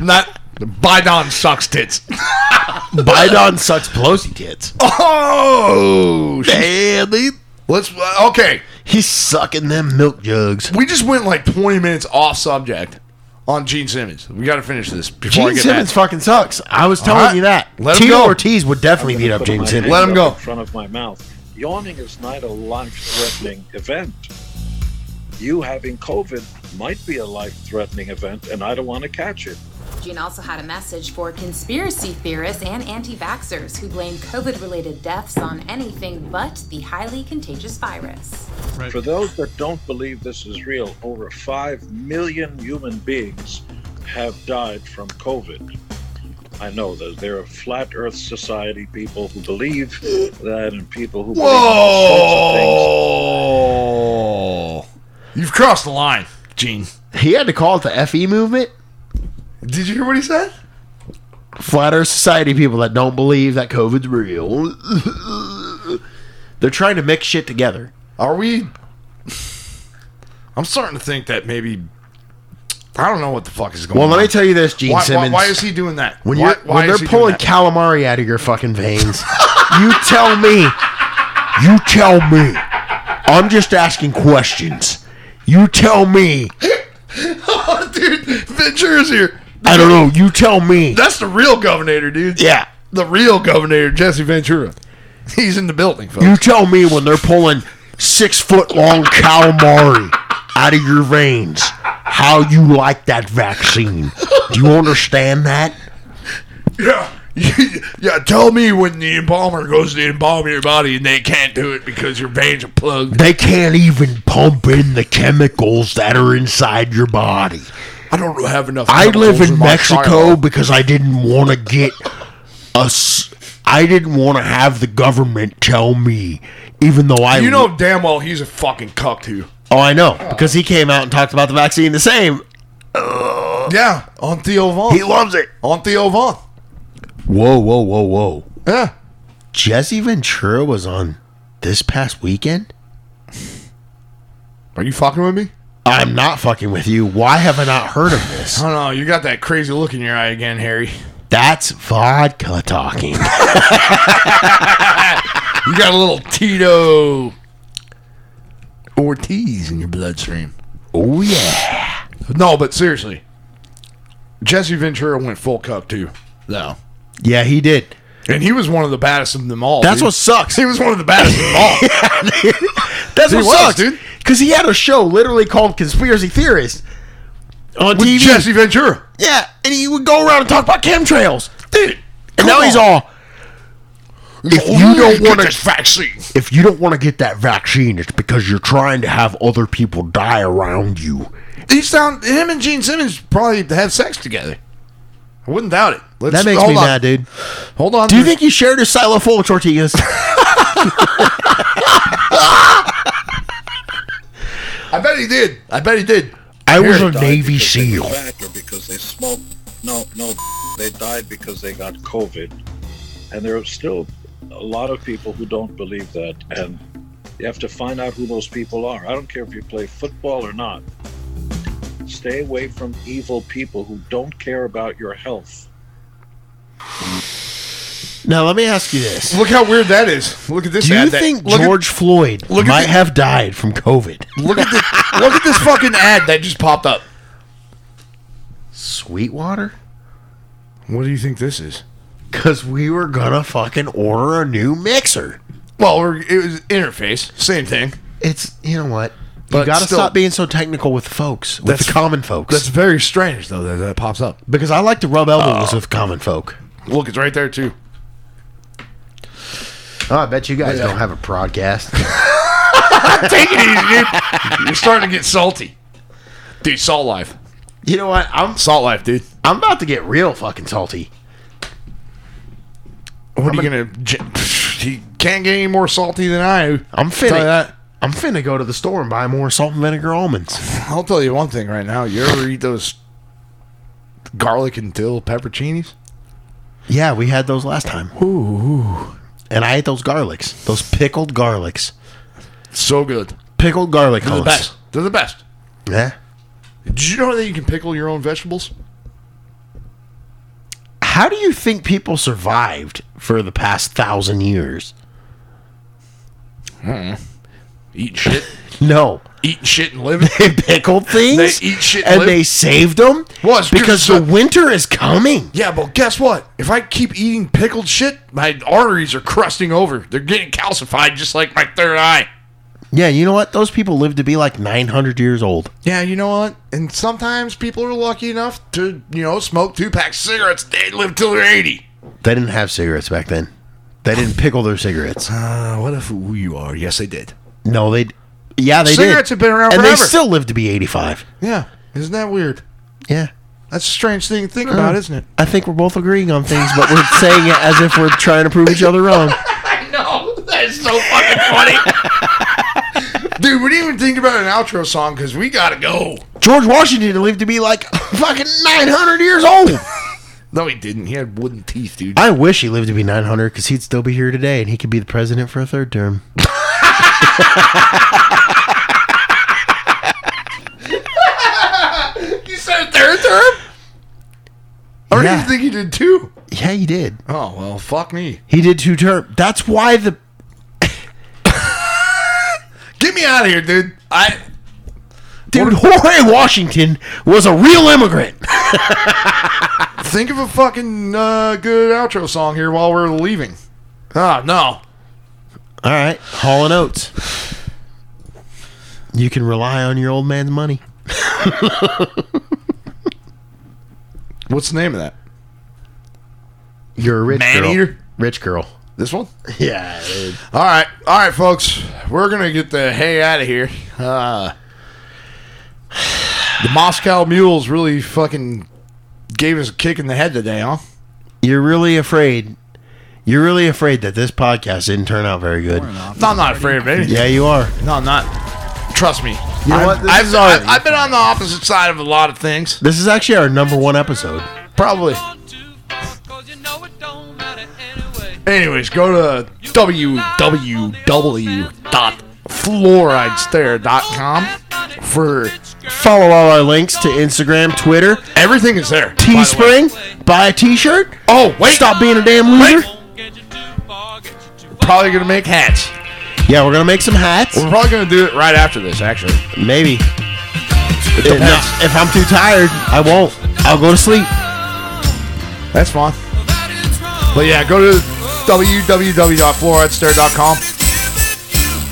Not Biden sucks tits.
Biden sucks Pelosi tits.
Oh, sh-
Damn, he,
let's uh, okay.
he's sucking them milk jugs.
We just went like 20 minutes off subject on Gene Simmons. We got to finish this before I
Gene
get
Simmons
that.
fucking sucks. I was telling
right.
you that.
Let him
Tito
go.
Ortiz would definitely beat up
Put my
James Simmons.
hand
Let him
up
go.
In front of my mouth. Yawning is not a life-threatening event. You having COVID might be a life-threatening event, and I don't want to catch it.
Gene also had a message for conspiracy theorists and anti vaxxers who blame COVID related deaths on anything but the highly contagious virus.
For those that don't believe this is real, over 5 million human beings have died from COVID. I know that there are flat earth society people who believe that and people who believe all sorts of
Whoa! You've crossed the line, Gene.
He had to call it the FE movement.
Did you hear what he said?
Flat Earth Society people that don't believe that COVID's real. They're trying to mix shit together.
Are we? I'm starting to think that maybe I don't know what the fuck is going
Well,
on.
let me tell you this, Gene
why, why,
Simmons.
why is he doing that?
when
why,
you're
why
when
is
they're
he doing
pulling
that?
calamari out of your fucking veins, you tell me. You tell me. I'm just asking questions. You tell me.
oh, dude, Ventura's here.
I don't know. You tell me.
That's the real governor, dude.
Yeah.
The real governor, Jesse Ventura. He's in the building, folks.
You tell me when they're pulling six foot long calamari out of your veins how you like that vaccine. Do you understand that?
Yeah. yeah, tell me when the embalmer goes to embalm your body and they can't do it because your veins are plugged.
They can't even pump in the chemicals that are inside your body.
I don't have enough.
I live
chemicals
in
my
Mexico
firewall.
because I didn't want to get us. I didn't want to have the government tell me, even though I
You know damn well he's a fucking cuck too.
Oh, I know because he came out and talked about the vaccine the same.
Yeah, on Theo Vaughn.
He loves it.
on Theo Vaughn.
Whoa, whoa, whoa, whoa!
Yeah.
Jesse Ventura was on this past weekend.
Are you fucking with me?
I'm not fucking with you. Why have I not heard of this?
I don't know. You got that crazy look in your eye again, Harry.
That's vodka talking.
You got a little Tito Ortiz in your bloodstream.
oh yeah.
No, but seriously, Jesse Ventura went full cuck too, though,
Yeah, he did.
and he was one of the baddest of them all.
That's
dude.
what sucks.
He was one of the baddest of them all.
That's
He
what
was,
sucks,
dude.
dude. Because he had a show literally called Conspiracy Theorist on
With
TV.
Jesse Ventura.
Yeah, and he would go around and talk about chemtrails.
Dude.
And now he's all. If
Oh,
you don't want to,
vaccine.
if you don't want to get that vaccine, it's because you're trying to have other people die around you.
He sound him and Gene Simmons probably have sex together. I wouldn't doubt it. Let's,
That makes
hold
me
on.
mad, dude.
Hold on.
Do you think you shared his silo full with tortillas?
I bet he did. I bet he did.
I was a
Here,
died
Navy
because they were
SEAL.
fat or because they smoked. No, no, they died because they got COVID. And there are still a lot of people who don't believe that. And you have to find out who those people are. I don't care if you play football or not. Stay away from evil people who don't care about your health.
Now let me ask you this:
Look how weird that is. Look at this.
Do
ad
you
that-
think
look
George Floyd
look at
might
the-
have died from COVID?
At, look at this. look at this fucking ad that just popped up.
Sweetwater.
What do you think this is?
Because we were gonna fucking order a new mixer.
Well, we're- it was interface. Same thing.
It's you know what.
But
you gotta
still-
stop being so technical with folks, with the
That's-
common folks.
That's very strange though that that pops up.
because I like to rub elbows with common folk.
Look, it's right there too.
Oh, I bet you guys don't have a podcast.
Take it easy, dude. You're starting to get salty. Dude, salt life.
you know what? I'm
Salt life, dude.
I'm about to get real fucking salty.
What are you gonna? j- He can't get any more salty than I.
I'm
Tell you
finna.
that.
I'm finna go to the store and buy more salt and vinegar almonds.
I'll tell you one thing right now. You ever eat those garlic and dill pepperoncinis?
Yeah, we had those last time. Ooh. And I ate those garlics, those pickled garlics,
So good.
pickled garlic
They're the
hunks.
best. They're the best.
Yeah.
Did you know that you can pickle your own vegetables?
How do you think people survived for the past thousand years?
Eating shit,
No.
eating shit and living.
They pickled things.
They eat shit and
And
live-
they saved them.
Well, it's
because
just-
the winter is coming.
Yeah, but guess what? If I keep eating pickled shit, my arteries are crusting over. They're getting calcified just like my third eye.
Yeah, you know what? Those people live to be like 900 years old.
Yeah, you know what? And sometimes people are lucky enough to, you know, smoke two packs of cigarettes. They live till they're 80.
They didn't have cigarettes back then. They didn't pickle their cigarettes.
Uh, what if who you are? Yes, they did.
No, they. Yeah, they
Cigarettes
did.
have been around
and they
forever.
still live to be 85.
Yeah. Isn't that weird?
Yeah.
That's a strange thing to think about, isn't it?
I think we're both agreeing on things, but we're saying it as if we're trying to prove each other wrong.
I know. That is so fucking funny. Dude, we didn't even think about an outro song because we got to go.
George Washington lived to be like fucking 900 years old.
No, he didn't. He had wooden teeth, dude.
I wish he lived to be 900 because he'd still be here today and he could be the president for a third term.
You said third term? I don't
Yeah.
even think he did two.
Yeah, he did.
Oh, well, fuck me.
He did two term. That's why the
Get me out of here, dude. I.
dude Jorge Washington was a real immigrant.
Think of a fucking uh, good outro song here while we're leaving. Ah, no.
All right, Hall and Oates. You can rely on your old man's money.
What's the name of that?
You're a rich
Man
girl.
eater?
Rich girl.
This one?
Yeah. dude.
All right. All right, folks. We're going to get the hay out of here. Uh, the Moscow Mules really fucking gave us a kick in the head today, huh?
You're really afraid. You're really afraid that this podcast didn't turn out very good.
I'm not afraid of anything.
Yeah, you are.
No, I'm not. Trust me.
know
I've,
what? This
I've,
is all right.
I've, I've been on the opposite side of a lot of things.
This is actually our number one episode.
Probably. Anyways, go to www.fluoridestare.com for
Follow all our links to Instagram, Twitter,
everything is there. by the way.
Teespring. Buy a T-shirt.
Oh, wait.
Stop being a damn loser.
Probably going to make hats.
Yeah, we're gonna make some hats.
We're probably going to do it right after this, actually.
Maybe.
It
If,
depends.
not- if I'm too tired, I won't. I'll go to sleep.
That's fine. But yeah, go to www.fluoridestare.com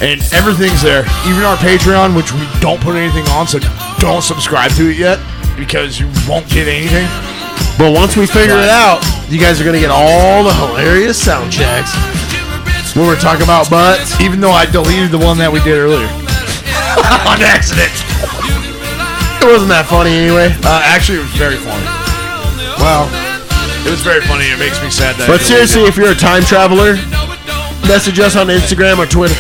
and everything's there. Even our Patreon, which we don't put anything on, so don't subscribe to it yet because you won't get anything.
But once we figure it out, you guys are gonna get all the hilarious sound checks when we're talking about butts.
Even though I deleted the one that we did earlier on accident.
It wasn't that funny anyway.
Uh, actually, it was very funny. Well, it was very funny. It makes me sad that. I
But
deleted
seriously,
it.
if you're a time traveler, message us on Instagram or Twitter.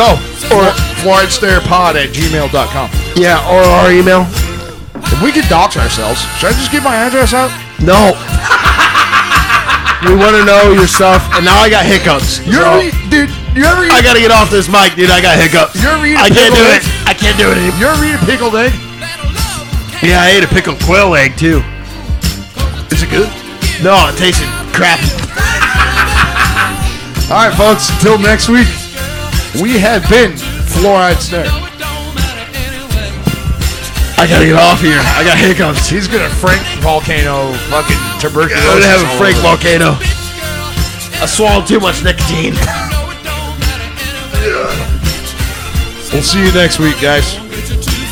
no. Or fluoridestarepod at gmail.com.
Yeah, or our email.
If we could dox ourselves, should I just give my address out?
No. we want to know your stuff. And now I got hiccups.
You
So,
ever, eat- dude? You ever? Eat,
I gotta get off this mic, dude. I got hiccups.
You ever eat a
I can't
pickled egg?
do it. I can't do it anymore.
You ever eat a pickled egg?
Yeah, I ate a pickled quail egg too.
Is it good?
No, it tasted crap.
All right, folks. Until next week, we have been Fluoride Snare.
I gotta get off here. I got hiccups.
He's gonna Frank volcano fucking tuberculosis.
I'm gonna have a
all
Frank
over.
volcano. I swallowed too much nicotine.
We'll see you next week, guys.